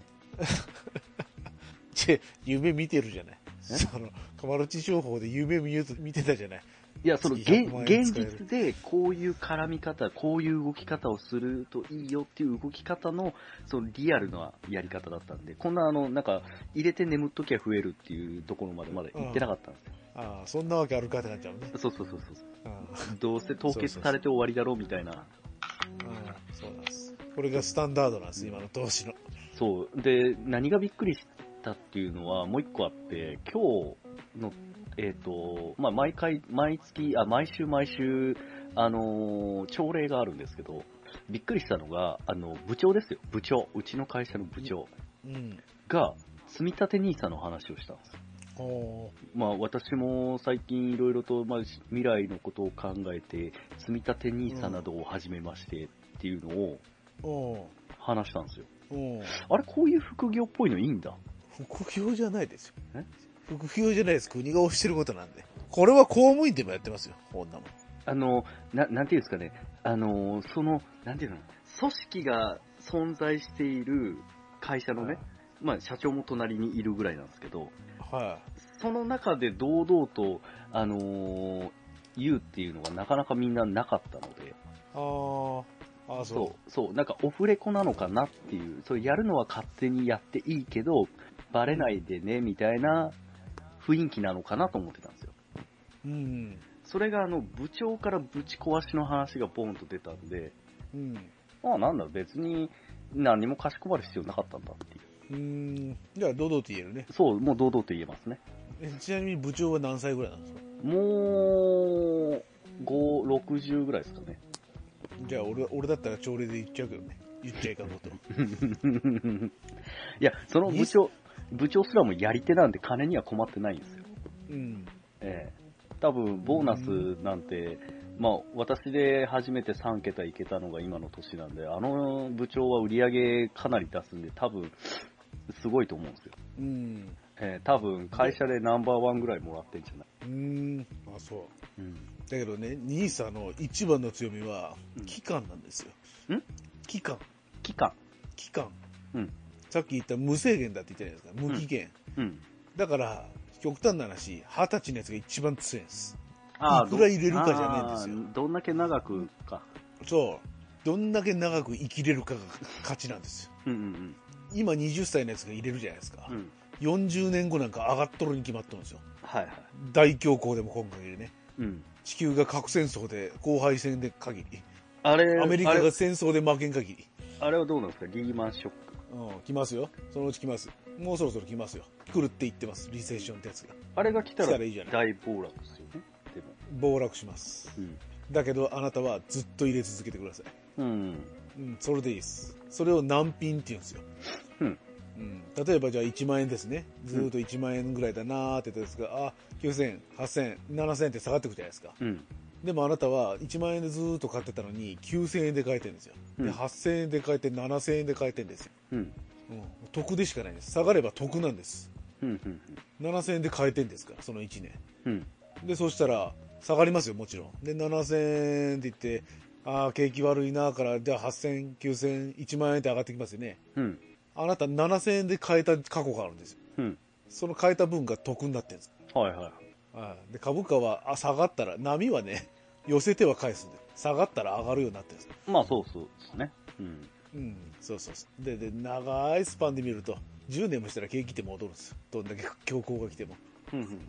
Speaker 1: ちぇ夢見てるじゃない。 その、カマルチ商法で夢見ようと見てたじゃない。
Speaker 4: いや、その、
Speaker 1: 月
Speaker 4: 現
Speaker 1: 100万円
Speaker 4: 現
Speaker 1: 使える
Speaker 4: 実で、こういう絡み方、こういう動き方をするといいよっていう動き方の、そのリアルなやり方だったんで、こんな、あの、なんか、入れて眠っときゃ増えるっていうところまでまだ行ってなかったんですよ。
Speaker 1: ああ、そんなわけあるかってなっちゃうね。
Speaker 4: そうそうそうそう。
Speaker 1: ああ
Speaker 4: どうせ凍結されて終わりだろうみたいな。
Speaker 1: ああそうなんです。これがスタンダードなんです、今の投資の。
Speaker 4: そう。で、何がびっくりしたっていうのは、もう一個あって、今日の、えっ、と、まあ、毎回、毎月、あ、毎週毎週、あのー朝礼があるんですけど、びっくりしたのが、あの、部長ですよ。部長。うちの会社の部長
Speaker 1: うん。
Speaker 4: が、積み立て NISA の話をしたんですよ。
Speaker 1: おー
Speaker 4: まあ、私も最近いろいろと、まあ、し未来のことを考えて、積み立て NISA などを始めましてっていうのを
Speaker 1: お
Speaker 4: 話したんですよ。
Speaker 1: ーおー
Speaker 4: あれ、こういう副業っぽいのいいんだ。
Speaker 1: 副業じゃないですよ
Speaker 4: え。
Speaker 1: 副業じゃないです。国が推してることなんで。これは公務員でもやってますよ、こんなもん。
Speaker 4: あの、な、なんていうんですかね、あの、その、なんていうの、組織が存在している会社のね、まあ、社長も隣にいるぐらいなんですけど、
Speaker 1: は
Speaker 4: その中で堂々と、あのー言うっていうのがなかなかみんななかったので、
Speaker 1: い。ああ、ああ、そう。
Speaker 4: そう、そう、なんかオフレコなのかなっていう、そうやるのは勝手にやっていいけど、バレないでね、みたいな雰囲気なのかなと思ってたんですよ。
Speaker 1: うん。
Speaker 4: それがあの部長からぶち壊しの話がボンと出たんで、
Speaker 1: うん。
Speaker 4: ああ、なんだ、別に何もかしこまる必要なかったんだっていう。
Speaker 1: うん。じゃあ、堂々と言えるね。
Speaker 4: そう、もう堂々と言えますね。
Speaker 1: えちなみに部長は何歳ぐらいなんですか
Speaker 4: もう、5、60ぐらいですかね。
Speaker 1: じゃあ俺、俺だったら朝礼で言っちゃうけどね。言っちゃいかん こと。
Speaker 4: いや、その部長、部長すらもやり手なんで金には困ってないんですよ。
Speaker 1: うん。
Speaker 4: ええ。多分、ボーナスなんて、まあ、私で初めて3桁いけたのが今の年なんで、あの部長は売り上げかなり出すんで、多分、すごいと思うんですよ。
Speaker 1: うん。
Speaker 4: えー、多分会社でナンバーワンぐらいもらってんじゃな
Speaker 1: う
Speaker 4: い、
Speaker 1: ん。あ、そう。
Speaker 4: うん、
Speaker 1: だけどね、ニーサの一番の強みは
Speaker 4: うん、
Speaker 1: 期間なんですよ。
Speaker 4: ん
Speaker 1: 期間。
Speaker 4: 期間
Speaker 1: 期間。
Speaker 4: うん。
Speaker 1: さっき言った無制限だって言ったじゃないですか。無期限。
Speaker 4: うん
Speaker 1: だから、極端な話、二十歳のやつが一番強いんです。
Speaker 4: あー
Speaker 1: いくら入れるかじゃねえんですよ
Speaker 4: あーどんだけ長くか
Speaker 1: そう。どんだけ長く生きれるかが勝ちなんですよ。
Speaker 4: うんうん
Speaker 1: 今20歳のやつが入れるじゃないですか。
Speaker 4: うんうん
Speaker 1: 40年後なんか上がっとるに決まっとるんですよ。
Speaker 4: はいはい
Speaker 1: 大恐慌でも今回ね。
Speaker 4: うん
Speaker 1: 地球が核戦争で、後敗戦で限り。
Speaker 4: あれ
Speaker 1: アメリカ
Speaker 4: あ
Speaker 1: が
Speaker 4: れ
Speaker 1: 戦争で負けん限り。
Speaker 4: あれはどうなんですかリーマンショック
Speaker 1: うん、来ますよ。そのうち来ます。もうそろそろ来ますよ。来るって言ってます。リセッションってやつが。
Speaker 4: あれが来た
Speaker 1: 来
Speaker 4: ら
Speaker 1: たらいいじゃない
Speaker 4: 大暴落ですよねでも
Speaker 1: 暴落します。だけど、あなたはずっと入れ続けてください。
Speaker 4: うん、うん、
Speaker 1: うん、それでいいです。それを難品って言うんですよ。
Speaker 4: うん
Speaker 1: うん。例えばじゃあ1万円ですね。ずーっと1万円ぐらいだなーって言ったんですが、あ、9000、8000、7000って下がってくじゃないですか。
Speaker 4: うん
Speaker 1: でもあなたは1万円でずーっと買ってたのに9000円で買えてるんですよ。
Speaker 4: う
Speaker 1: で、
Speaker 4: ん
Speaker 1: 8000円で買えて7000円で買えてるんですよ。
Speaker 4: うん
Speaker 1: うん。得でしかないです。下がれば得なんです。
Speaker 4: うんうん
Speaker 1: 7000円で買えてんですから、その1年。
Speaker 4: うん
Speaker 1: で、そしたら、下がりますよ、もちろん。で、7000円って言って、ああ、景気悪いな、から、じゃあ8000、9000、1万円って上がってきますよね。
Speaker 4: うん
Speaker 1: あなた7000円で買えた過去があるんですよ。
Speaker 4: うん
Speaker 1: その買えた分が得になってるんです。
Speaker 4: はいはい
Speaker 1: はいで、株価は、あ、下がったら、波はね、 寄せては返すんで、下がったら上がるようになってるんです。
Speaker 4: まあそうそうですねうん
Speaker 1: うん、そうそうそう。で、で、長いスパンで見ると、10年もしたら景気って戻るんですよ。どんだけ強行が来ても。
Speaker 4: うんうん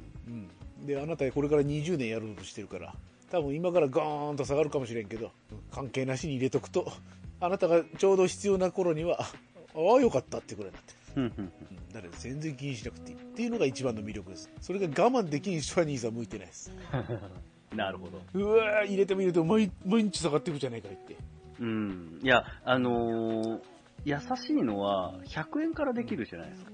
Speaker 1: うん。で、あなたこれから20年やろうとしてるから、多分今からゴーンと下がるかもしれんけど、関係なしに入れとくと、あなたがちょうど必要な頃には、ああ、よかったってぐらいになってる。
Speaker 4: うんうん
Speaker 1: うんだから全然気にしなくていいっていうのが一番の魅力です。それが我慢できん人は兄さん向いてないです。
Speaker 4: うんなるほど
Speaker 1: うわー入れても入れても毎毎日下がっていくじゃないかいって。
Speaker 4: うん。いや、あのー優しいのは、100円からできるじゃないですか。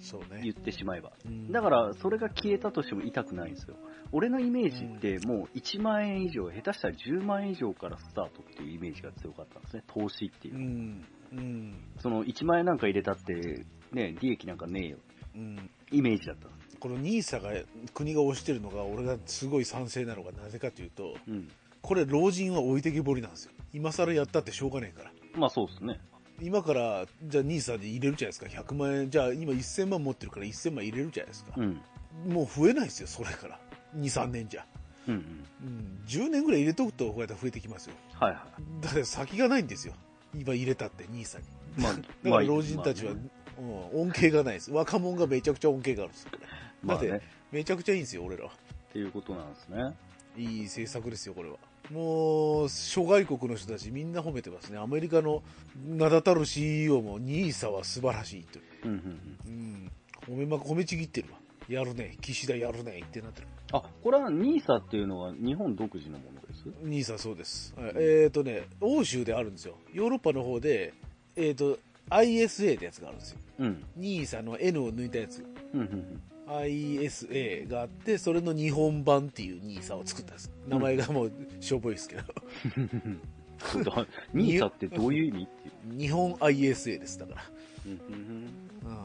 Speaker 1: そう
Speaker 4: 言
Speaker 1: ね
Speaker 4: ってしまえば。
Speaker 1: うん
Speaker 4: だから、それが消えたとしても痛くないんですよ。俺のイメージって、もう1万円以上、下手したら10万円以上からスタートっていうイメージが強かったんですね、投資っていうう。
Speaker 1: んうん
Speaker 4: その1万円なんか入れたって、ね、利益なんかねえよ、
Speaker 1: うん
Speaker 4: イメージだったんです。
Speaker 1: この NISA が国が推してるのが俺がすごい賛成なのがなぜかというと
Speaker 4: うん。
Speaker 1: これ老人は置いてけぼりなんですよ今更やったってしょうがねえから
Speaker 4: まあそうですね。
Speaker 1: 今からじゃあ NISA で入れるじゃないですか100万円じゃあ今1000万持ってるから1000万入れるじゃないですか
Speaker 4: う、ん。
Speaker 1: もう増えないですよそれから23年じゃ、
Speaker 4: うんうん。
Speaker 1: うん、10年ぐらい入れとくとこうやって増えてきますよ
Speaker 4: はいは
Speaker 1: だって先がないんですよ今入れたって NISA に
Speaker 4: い。まあ、
Speaker 1: だから老人たちは、
Speaker 4: まあね
Speaker 1: うん、恩恵がないです若者がめちゃくちゃ恩恵があるんですよ
Speaker 4: まあ
Speaker 1: だ
Speaker 4: ね
Speaker 1: っ、てめちゃくちゃいいんですよ俺ら
Speaker 4: っていうことなんですね。
Speaker 1: いい政策ですよこれはもう諸外国の人たちみんな褒めてますねアメリカの名だたる CEO も NISA は素晴らしいと
Speaker 4: うんうんうん。
Speaker 1: うん褒めま褒めちぎってるわやるね岸田やるねってなってる
Speaker 4: あ、これは NISA っていうのは日本独自のものです
Speaker 1: NISA そうです、はいえっ、とね欧州であるんですよヨーロッパの方でえっ、と ISA ってやつがあるんですよ
Speaker 4: うん。
Speaker 1: NISA の N を抜いたやつ
Speaker 4: うんうんうん。
Speaker 1: ISA があって、それの日本版っていう NISA を作ったんです。名前がもうしょぼいですけど。
Speaker 4: そうだ、NISA ってどういう意味っていう。
Speaker 1: 日本 ISA です、だから。
Speaker 4: うん
Speaker 1: うん。だ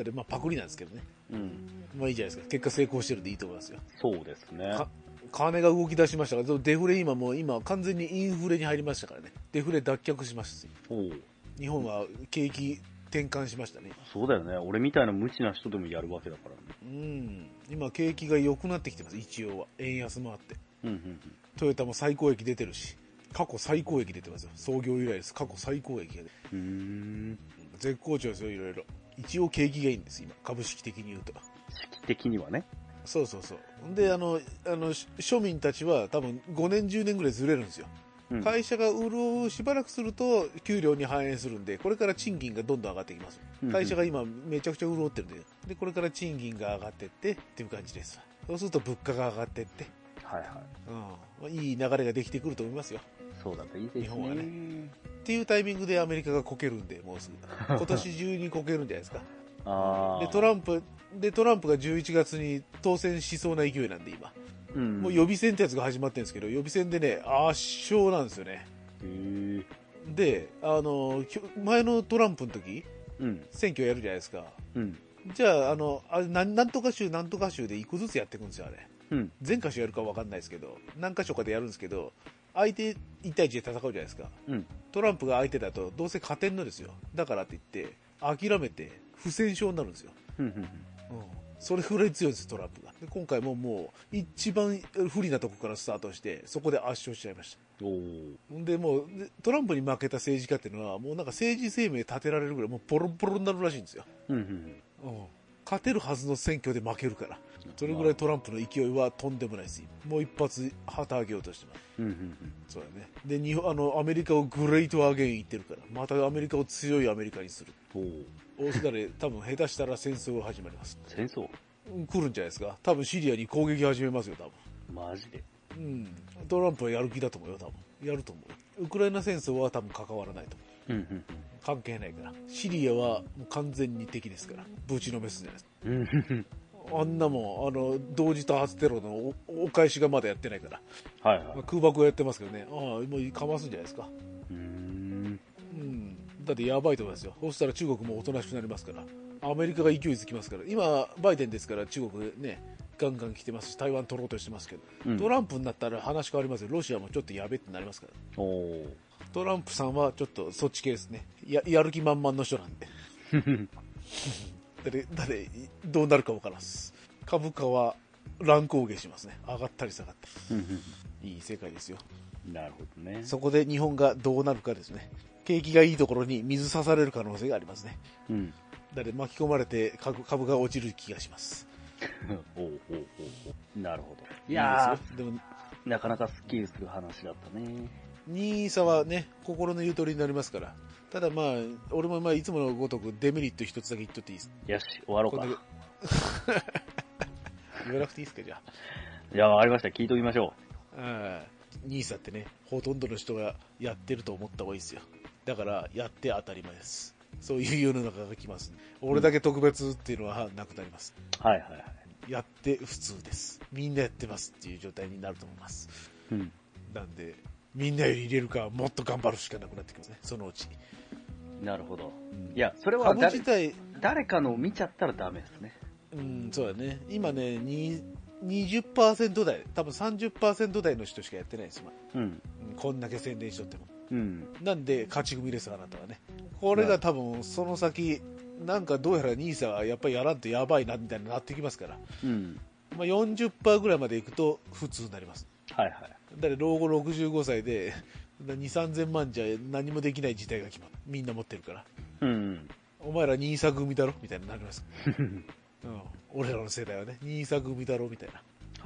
Speaker 1: ってまあパクリなんですけどね。
Speaker 4: うんうん、
Speaker 1: まあいいじゃないですか。結果成功してるんでいいと思いますよ。
Speaker 4: そうですね。
Speaker 1: か金が動き出しましたから、でもデフレ今もう今完全にインフレに入りましたからね。デフレ脱却しましたし
Speaker 4: おう
Speaker 1: 日本は景気転換しましたね。
Speaker 4: そうだよね。俺みたいな無知な人でもやるわけだからね。
Speaker 1: うん。今景気が良くなってきてます、一応は。円安もあって。
Speaker 4: うんうん
Speaker 1: トヨタも最高益出てるし、過去最高益出てますよ。創業以来です。過去最高益が出てる
Speaker 4: うん。うーん。
Speaker 1: 絶好調ですよ、いろいろ。一応景気がいいんです、今。株式的に言うと。
Speaker 4: 式的にはね。
Speaker 1: そうそうそう。で、あの、あの、し庶民たちは多分5年、10年ぐらいずれるんですよ。
Speaker 4: うん
Speaker 1: 会社が潤うしばらくすると給料に反映するんで、これから賃金がどんどん上がってきます
Speaker 4: うんう。ん
Speaker 1: 会社が今めちゃくちゃ潤ってるんで、で、これから賃金が上がってってっていう感じです。そうすると物価が上がってって、
Speaker 4: はいは
Speaker 1: うんまあ、いい流れができてくると思いますよ。
Speaker 4: い。そうだった。いいですね。
Speaker 1: 日本はねっていうタイミングでアメリカがこけるんで、もうすぐ。 今年中にこけるんじゃないですか。
Speaker 4: ああ。
Speaker 1: で、トランプ、で、トランプが11月に当選しそうな勢いなんで、今。
Speaker 4: うん。
Speaker 1: もう予備選ってやつが始まってるんですけど、予備選でね、圧勝なんですよね。
Speaker 4: へー
Speaker 1: で、あの、きょ前のトランプの時、
Speaker 4: うん。
Speaker 1: 選挙やるじゃないですか。
Speaker 4: うん。
Speaker 1: じゃあ、あの、あれなんなんとか州、なんとか州で一個ずつやっていくんですよ、あれ。
Speaker 4: うん。
Speaker 1: 全箇所やるかわかんないですけど、何箇所かでやるんですけど、相手1対1で戦うじゃないですか。
Speaker 4: うん。
Speaker 1: トランプが相手だと、どうせ勝てんのですよ。だからって言って、諦めて、不戦勝になるんですよ。
Speaker 4: うんうん。
Speaker 1: うんそれぐらい強いです、トランプが。で今回ももう、一番不利なとこからスタートして、そこで圧勝しちゃいました。
Speaker 4: おー
Speaker 1: ほんで、もう、でトランプに負けた政治家っていうのは、もうなんか政治生命立てられるぐらい、もうボロボロになるらしいんですよ。
Speaker 4: うんうん
Speaker 1: うん勝てるはずの選挙で負けるから。それぐらいトランプの勢いはとんでもないです。もう一発旗揚げようとしてます。
Speaker 4: うん。うんうん
Speaker 1: そうだね。で、日本、あの、アメリカをグレートアゲイン言ってるから。またアメリカを強いアメリカにする。
Speaker 4: うん。おー
Speaker 1: 大すだれ、多分下手したら戦争が始まります。
Speaker 4: 戦争
Speaker 1: 来るんじゃないですか。多分シリアに攻撃始めますよ、多
Speaker 4: マジで。
Speaker 1: 分。うん。トランプはやる気だと思うよ、多分。やると思うよ。ウクライナ戦争は多分関わらないと思う。
Speaker 4: うんうん
Speaker 1: 関係ないから。シリアはもう完全に敵ですから。ぶちのめすんじゃないですか。
Speaker 4: うん。うんうんうん。
Speaker 1: あんなもん、あの、同時多発テロのおお返しがまだやってないから。
Speaker 4: はいはい
Speaker 1: まあ。空爆をやってますけどね。ああ、もうかますんじゃないですか。
Speaker 4: うーん。
Speaker 1: うん。だってやばいと思いますよ。そしたら中国もおとなしくなりますから。アメリカが勢いづきますから。今、バイデンですから中国ね、ガンガン来てますし、台湾取ろうとしてますけど。
Speaker 4: うん
Speaker 1: トランプになったら話変わりますよ。ロシアもちょっとやべってなりますから。
Speaker 4: おー
Speaker 1: トランプさんはちょっとそっち系ですね。や、やる気満々の人なんで。誰、誰、どうなるかわからんっす。株価は乱高下しますね。上がったり下がった
Speaker 4: うんうん
Speaker 1: り。いい世界ですよ。
Speaker 4: うんなるほどね。
Speaker 1: そこで日本がどうなるかですね。景気がいいところに水刺される可能性がありますね。
Speaker 4: うん。
Speaker 1: だって巻き込まれて株株が落ちる気がします。
Speaker 4: おうおうおうおうなるほど。い
Speaker 1: い
Speaker 4: や
Speaker 1: いですよでも、
Speaker 4: ー、なかなかスッキリする話だったね。
Speaker 1: NISA はね、心のゆとりになりますから。ただまあ、俺もまあいつものごとくデメリット一つだけ言っとっていいです。
Speaker 4: よし、終わろう
Speaker 1: こ
Speaker 4: か。
Speaker 1: んだ け言わなくていいですか、じゃ
Speaker 4: いや、わかりました。聞いときましょ
Speaker 1: あ。NISA ってね、ほとんどの人がやってると思った方がいいですよ。だから、やって当たり前です。
Speaker 4: う。
Speaker 1: そういう世の中が来ます。俺だけ特別っていうのはなくなります。
Speaker 4: はいはいはい。
Speaker 1: やって普通です。みんなやってますっていう状態になると思います。
Speaker 4: うん。
Speaker 1: なんで、みんなより入れるか、もっと頑張るしかなくなってきますね、そのうち。
Speaker 4: なるほど。
Speaker 1: うん
Speaker 4: いや、それは
Speaker 1: 株
Speaker 4: 誰
Speaker 1: 自体、
Speaker 4: 誰かのを見ちゃったらダメですね。
Speaker 1: うん、そうだね。今ね、に20%台、多分30%台の人しかやってないです、今
Speaker 4: うん。
Speaker 1: うんこんだけ宣伝しとっても。
Speaker 4: うん。
Speaker 1: なんで、勝ち組です、あなたはね。これが多分、その先、なんかどうやら兄さんはやっぱりやらんとやばいな、みたいになってきますから。
Speaker 4: うん。
Speaker 1: まあ、40%ぐらいまでいくと普通になります。
Speaker 4: はいはい。
Speaker 1: だって老後65歳で、2、3000万じゃ何もできない事態が決まる。みんな持ってるから。
Speaker 4: うん。
Speaker 1: お前ら兄さん組だろみたいになります。うん、俺らの世代はね、兄さん組だろみたいな。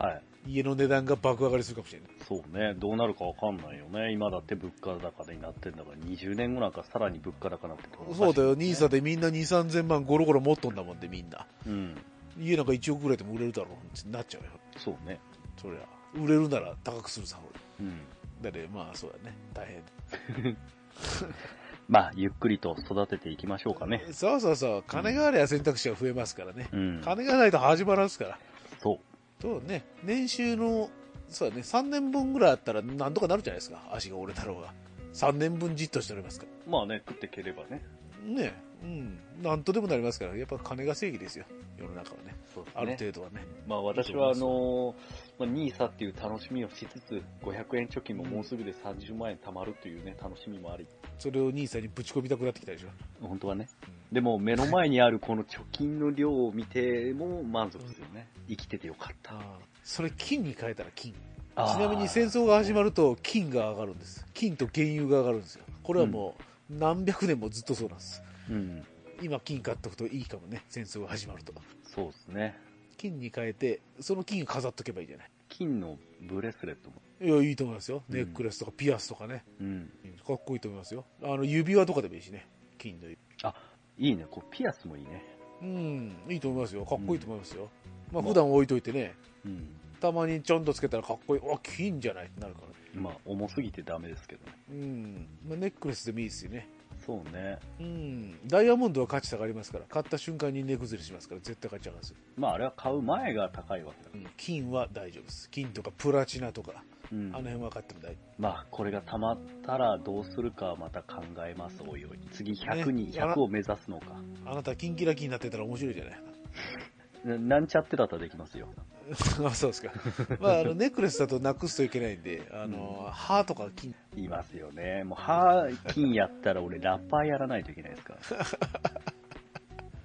Speaker 4: はい。
Speaker 1: 家の値段が爆上がりするかもしれない。
Speaker 4: そうね。どうなるかわかんないよね。今だって物価高になってんだから、20年後なんかさらに物価高になってくる
Speaker 1: そうだよ、
Speaker 4: ね
Speaker 1: 兄さんでみんな2、3000万ゴロゴロ持っとんだもんで、みんな。
Speaker 4: うん。
Speaker 1: 家なんか1億ぐらいでも売れるだろうってなっちゃうよ。
Speaker 4: そうね。
Speaker 1: そりゃ。売れるなら高くするさ、俺
Speaker 4: うん。
Speaker 1: だってまあそうだね、大変。
Speaker 4: まあ、ゆっくりと育てていきましょうかね。
Speaker 1: そうそうそう、金があれば選択肢が増えますからね。
Speaker 4: うん。
Speaker 1: 金がないと始まらんすから。
Speaker 4: そう。
Speaker 1: そうね、年収の、そうだね、3年分ぐらいあったらなんとかなるじゃないですか、足が折れたろうが。3年分じっとしておりますから。
Speaker 4: まあね、食ってければね。
Speaker 1: ねえ、うん、なんとでもなりますから、やっぱ金が正義ですよ、世の中はね、
Speaker 4: そうですね。
Speaker 1: ある程度はね。
Speaker 4: まあ私はあのー、まあ、ニーサっていう楽しみをしつつ、500円貯金ももうすぐで30万円貯まるというね、楽しみもあり。
Speaker 1: それを兄さんにぶち込みたくなってきたでしょ。
Speaker 4: 本当はね。でも目の前にあるこの貯金の量を見ても満足ですよね。生きててよかった。
Speaker 1: ああそれ、金に変えたら金。ち
Speaker 4: あー
Speaker 1: なみに戦争が始まると、金が上がるんです。金と原油が上がるんですよ。これはもう、何百年もずっとそうなんです。
Speaker 4: うん。
Speaker 1: 今、金買っとくといいかもね、戦争が始まると。
Speaker 4: そうですね。
Speaker 1: 金に変えて、その金を飾っとけばいいじゃない。
Speaker 4: 金のブレスレットも。
Speaker 1: いや、いいと思いますよ。
Speaker 4: うん
Speaker 1: ネックレスとかピアスとかね。
Speaker 4: うん。
Speaker 1: かっこいいと思いますよ。あの、指輪とかでもいいしね。金の指
Speaker 4: あ、いいね。こう、ピアスもいいね。
Speaker 1: うん、いいと思いますよ。かっこいいと思いますよ。まあ、
Speaker 4: まあ
Speaker 1: 普段置いといてね、
Speaker 4: うん。
Speaker 1: たまにちょんとつけたらかっこいい。あ、金じゃないってなるからね。
Speaker 4: まあ、重すぎてダメですけどね。
Speaker 1: うん。まあ、ネックレスでもいいですよね。
Speaker 4: そうね。
Speaker 1: うん。ダイヤモンドは価値下がりますから、買った瞬間に値崩れしますから、絶対価値上がりますよ。
Speaker 4: まあ、あれは買う前が高いわけだか
Speaker 1: うん。金は大丈夫です。金とかプラチナとか、
Speaker 4: ら。うん
Speaker 1: あの辺は買っても大丈
Speaker 4: まあ、これが溜まったらどうするかまた考えます、おいおい。次100に、
Speaker 1: ねあら
Speaker 4: 100を目指すのか。
Speaker 1: 夫。あなた、金キラキンになってたら面白いじゃ ない。
Speaker 4: ななんちゃってだったらできますよ。
Speaker 1: あそうですか。まあ、あの、ネックレスだとなくすといけないんで、あの、歯とか金、
Speaker 4: いますよね。もう、歯、金やったら俺、ラッパーやらないといけないで すから。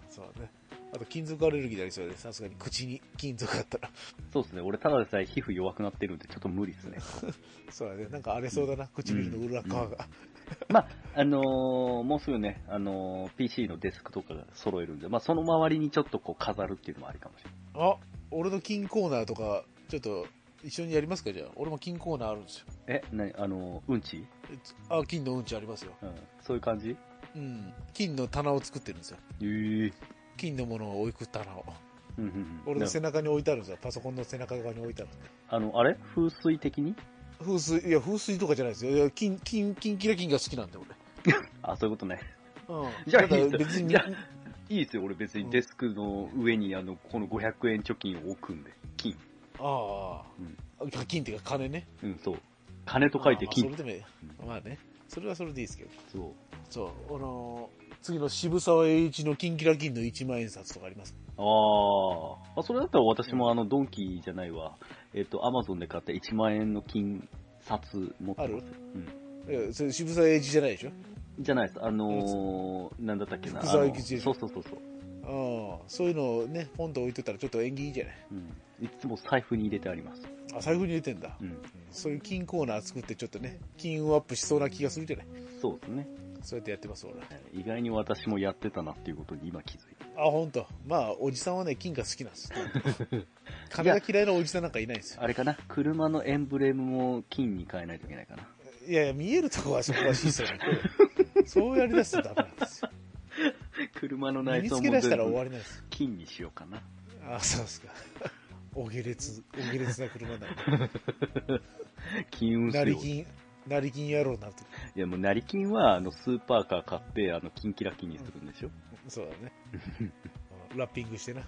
Speaker 1: そうね。あと、金属アレルギーになりそうで、さすがに口に金属だったら。
Speaker 4: そうですね。俺、ただでさえ皮膚弱くなってるんで、ちょっと無理ですね。
Speaker 1: そうだね。なんか荒れそうだな、唇の裏側が。
Speaker 4: まあ、あのーもうすぐね、あのー PC のデスクとかが揃えるんで、まあ、その周りにちょっとこう、飾るっていうのもありかもしれない。
Speaker 1: あ、俺の金コーナーとか、ちょっと、一緒にやりますかじゃあ。俺も金コーナーあるんですよ。
Speaker 4: え、なあのーうんち
Speaker 1: えつあ、金のうんちありますよ。
Speaker 4: うん。そういう感じ
Speaker 1: うん。金の棚を作ってるんですよ。
Speaker 4: ええー。
Speaker 1: 金のものを置く棚を。
Speaker 4: うんうんうん。
Speaker 1: 俺の背
Speaker 4: な
Speaker 1: 中に置いてあるんですよ。パソコンの背中側に置いてあるんで。
Speaker 4: あの、あれ風水的に
Speaker 1: 風水、いや、風水とかじゃないですよ。いや、金、金、金キラ金が好きなんで、俺。
Speaker 4: あ、そういうことね。
Speaker 1: うん。
Speaker 4: じゃあ
Speaker 1: ただ
Speaker 4: いいと
Speaker 1: 別に
Speaker 4: じゃあいいですよ、俺別にデスクの上にあの、この500円貯金を置くんで。金。
Speaker 1: ああ、あ金っていうか金ね。
Speaker 4: うん、そう。金と書いて
Speaker 1: あ
Speaker 4: 金。
Speaker 1: あまあそれでも、まあね。それはそれでいいですけど。
Speaker 4: そう。
Speaker 1: そう。あのー次の渋沢栄一の金キラ金の1万円札とかあります。
Speaker 4: あーあ。それだったら私もあの、ドンキじゃないわ。えっ、と、アマゾンで買った1万円の金札持ってます。
Speaker 1: ある
Speaker 4: うん。
Speaker 1: いや、それ渋沢栄一じゃないでしょ
Speaker 4: じゃないです。あのー、なんだったっけな。
Speaker 1: 福沢諭吉
Speaker 4: あのそうそうそうそう。
Speaker 1: ああ、そういうのをね、ポンと置いといたらちょっと縁起いいじゃない。
Speaker 4: うん。いつも財布に入れてあります。
Speaker 1: あ、財布に入れてんだ。
Speaker 4: うん。
Speaker 1: そういう金コーナー作ってちょっとね、金運アップしそうな気がするじゃない。
Speaker 4: そうですね。
Speaker 1: そうやってやってます、俺。
Speaker 4: 意外に私もやってたなっていうことに今気づいた。
Speaker 1: あ、ほんと。まあ、おじさんはね、金が好きなん です。金が嫌いなおじさんなんかいないんですよ。
Speaker 4: あれかな車のエンブレムも金に変えないといけないかな。
Speaker 1: いやいや、見えるとこはそこは審査なんでそうやりだすとダメなんですよ。
Speaker 4: 車の
Speaker 1: 身
Speaker 4: 内
Speaker 1: に
Speaker 4: 装
Speaker 1: つ
Speaker 4: も
Speaker 1: け
Speaker 4: 全
Speaker 1: 出したら終わ
Speaker 4: 部
Speaker 1: りなんですよ。
Speaker 4: 金にしようかな。
Speaker 1: あ、そうですか。お下劣、お下劣な車なんで。
Speaker 4: 金運
Speaker 1: な
Speaker 4: す
Speaker 1: り
Speaker 4: よ。
Speaker 1: 金、なり金野郎になって。
Speaker 4: いや、もう、成金は、あの、スーパーカー買って、あの、キンキラキンにするんでしょ、
Speaker 1: そうだね うんラッピングしてな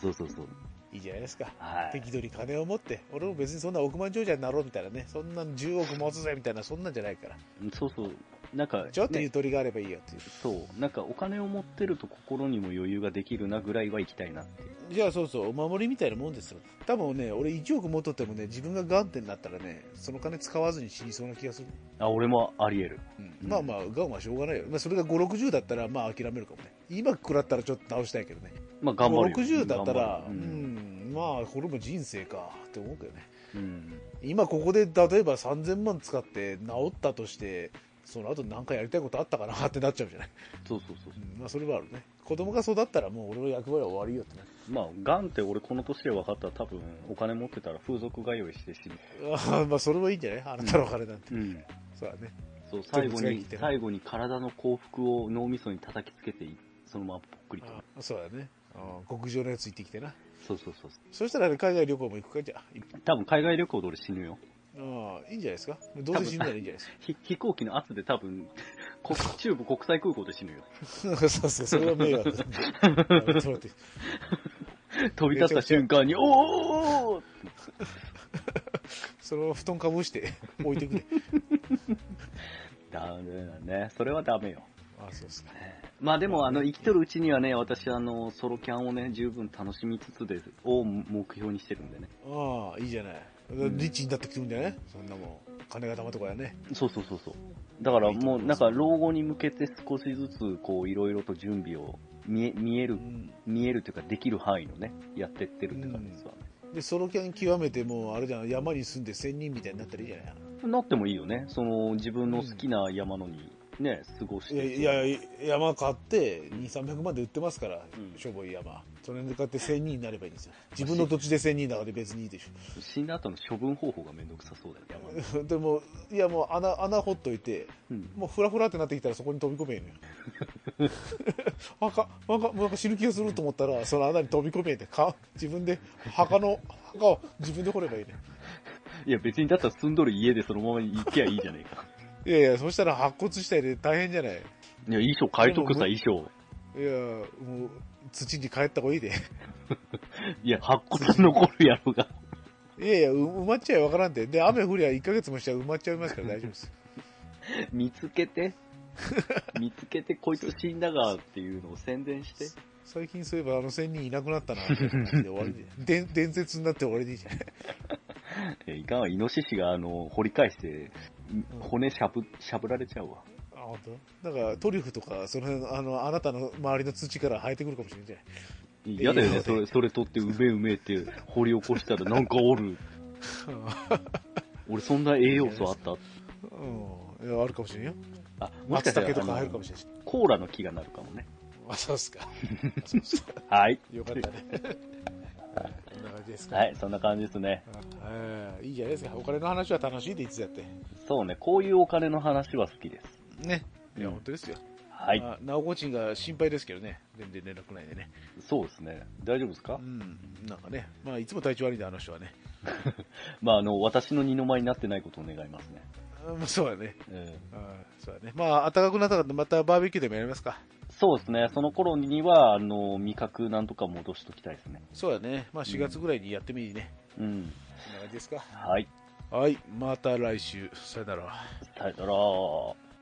Speaker 4: そうそうそう。
Speaker 1: いいじゃないですか
Speaker 4: はい。
Speaker 1: 適度に金を持って俺も別にそんな億万長者になろうみたいなねそんな10億持つぜみたいなそんなんじゃないから
Speaker 4: そうそう。なんか、
Speaker 1: ちょっと
Speaker 4: ね
Speaker 1: ゆとりがあればいいよっていう、
Speaker 4: そう。なんか、お金を持ってると心にも余裕ができるなぐらいは行きたいなっていう。
Speaker 1: じゃあそうそうお守りみたいなもんですよ多分ね俺1億持っとってもね自分がガンってなったらねその金使わずに死にそうな気がする、
Speaker 4: あ、俺もあり得る。
Speaker 1: うんまあまあガンはしょうがないよ、まあ、それが560だったらまあ諦めるかもね今食らったらちょっと倒したいけどね
Speaker 4: まあ、頑張るよ。
Speaker 1: 60だったらう
Speaker 4: 頑張るようん。
Speaker 1: ん、まあこれも人生かって思うけどね
Speaker 4: うん
Speaker 1: 今ここで例えば3000万使って治ったとしてその後なんかやりたいことあったかな ってなっちゃうじゃない、
Speaker 4: そうそうそうそう
Speaker 1: うんまあそれはあるね子供が育ったらもう俺の役割は終わりよってね
Speaker 4: まあ、ガンって俺この年で分かったら多分お金持ってたら風俗通いして死ぬ。
Speaker 1: あ あまあそれはいいんじゃないあなたの金なんて、
Speaker 4: うん。
Speaker 1: そうだね
Speaker 4: そう、最後
Speaker 1: 動物が生
Speaker 4: に
Speaker 1: きて、る
Speaker 4: 最後に体の幸福を脳みそに叩きつけて、そのままぽっくりと。
Speaker 1: ああそうだねああ極上のやつ行ってきてな
Speaker 4: そうそうそう。
Speaker 1: そしたらね海外旅行も行くかじゃあい
Speaker 4: 多分海外旅行で俺死ぬよ。
Speaker 1: ああいいんじゃないですかどうせ死ぬならいいんじゃないですか
Speaker 4: ひ飛行機の圧で多分、 国中部国際空港で死ぬよ。
Speaker 1: そう そうそれは迷惑だねあのちょっと待って
Speaker 4: 飛び立った瞬間に、おーおーおー
Speaker 1: その布団かぶして置いてくれ
Speaker 4: ダメだね。それはダメよ。
Speaker 1: ああそうですか
Speaker 4: まあでも、あの、生きとるうちにはね、私、あの、ソロキャンをね、十分楽しみつつです、を目標にしてるんでね。
Speaker 1: ああいいじゃない
Speaker 4: ん
Speaker 1: リッチになってくるんじゃないそんなもん金が玉とかやね
Speaker 4: そうそうそうそう。だからもうなんか老後に向けて少しずつこういろいろと準備を見え、見え
Speaker 1: う
Speaker 4: る、
Speaker 1: ん
Speaker 4: 見えるというかできる範囲のね、やってってるって感じですわね。
Speaker 1: でソロキャン極めてもうあれじゃん山に住んで仙人みたいになったらいいじゃない
Speaker 4: なってもいいよね。その自分の好きな山のにね、過ごして。
Speaker 1: いやいや山買って2300万で売ってますから、
Speaker 4: うん
Speaker 1: しょぼい山その辺で買って仙人になればいいんですよ自分の土地で仙人だから別にいいでし
Speaker 4: 死んだ後の処分方法がめんどくさそうだよね、山
Speaker 1: ょ
Speaker 4: の
Speaker 1: でもいやもう穴穴掘っといて
Speaker 4: うん。
Speaker 1: もうフラフラってなってきたらそこに飛び込めんのよ あかなんかなんか死ぬ気がすると思ったらその穴に飛び込めってか自分で墓の墓を自分で掘ればいいね
Speaker 4: いや別にだったら住んどる家でそのまま行けばいいじゃね えか。
Speaker 1: いやいや、そしたら白骨死体で大変じゃない。い
Speaker 4: いや、衣装買いとくさ、衣装。
Speaker 1: や、もう、土に帰った方がいいで。
Speaker 4: いや、白骨残るやろが。
Speaker 1: いやいや、う埋まっちゃいわからんで。で、雨降りゃ1ヶ月もしたら埋まっちゃいますから大丈夫です。
Speaker 4: 見つ けて、見つけてこいつ死んだがっていうのを宣伝して。
Speaker 1: 最近そういえばあの仙人いなくなったな、みたいな感じで終わりで。で伝説になって終わりでいいじゃん。
Speaker 4: えーいかんわ、イノシシが、あの、掘り返して、骨しゃぶ、しゃぶられちゃうわ。
Speaker 1: あ、本当？だからトリュフとか、その辺、あの、あなたの周りの土から生えてくるかもしれないじゃない。
Speaker 4: 嫌だよ
Speaker 1: い
Speaker 4: ね、
Speaker 1: や
Speaker 4: それ、それ取ってうめえうめえって掘り起こしたらなんか おる。俺そんな栄養素あった
Speaker 1: うん。いや、あるかもしれんよ。
Speaker 4: あ、もし
Speaker 1: 松
Speaker 4: かしたら
Speaker 1: 茸とか
Speaker 4: あ
Speaker 1: 入るか
Speaker 4: の
Speaker 1: もしれんし。
Speaker 4: コーラの木がなるかもね。
Speaker 1: あ、そうっすか。 そうっすか。
Speaker 4: はい。
Speaker 1: よかったね。こんな感じですか。
Speaker 4: はい、そんな感じですね。
Speaker 1: ああいいじゃないですか。お金の話は楽しいで、いつだって。
Speaker 4: そうね、こういうお金の話は好きです。
Speaker 1: ね。いや、
Speaker 4: うん
Speaker 1: 本当ですよ。
Speaker 4: はい。
Speaker 1: まあなおこちんが心配ですけどね。全然連絡ないでね。
Speaker 4: そうですね。大丈夫ですか
Speaker 1: うん。なんかね。まあ、いつも体調悪いんで、あの人はね。
Speaker 4: まあ、あの、私の二の舞になってないことを願いますね。
Speaker 1: うんまあ、そうだね。
Speaker 4: うん
Speaker 1: うんそうだね。まあ、暖かくなったから、またバーベキューでもやりますか。
Speaker 4: そうですね。その頃には、あの、味覚なんとか戻しときたいですね。
Speaker 1: そうだね。まあ、4月ぐらいにやってもいいね。
Speaker 4: うん。
Speaker 1: こんな感じですか。
Speaker 4: はい。
Speaker 1: はい。また来週。さよなら。
Speaker 4: さよなら。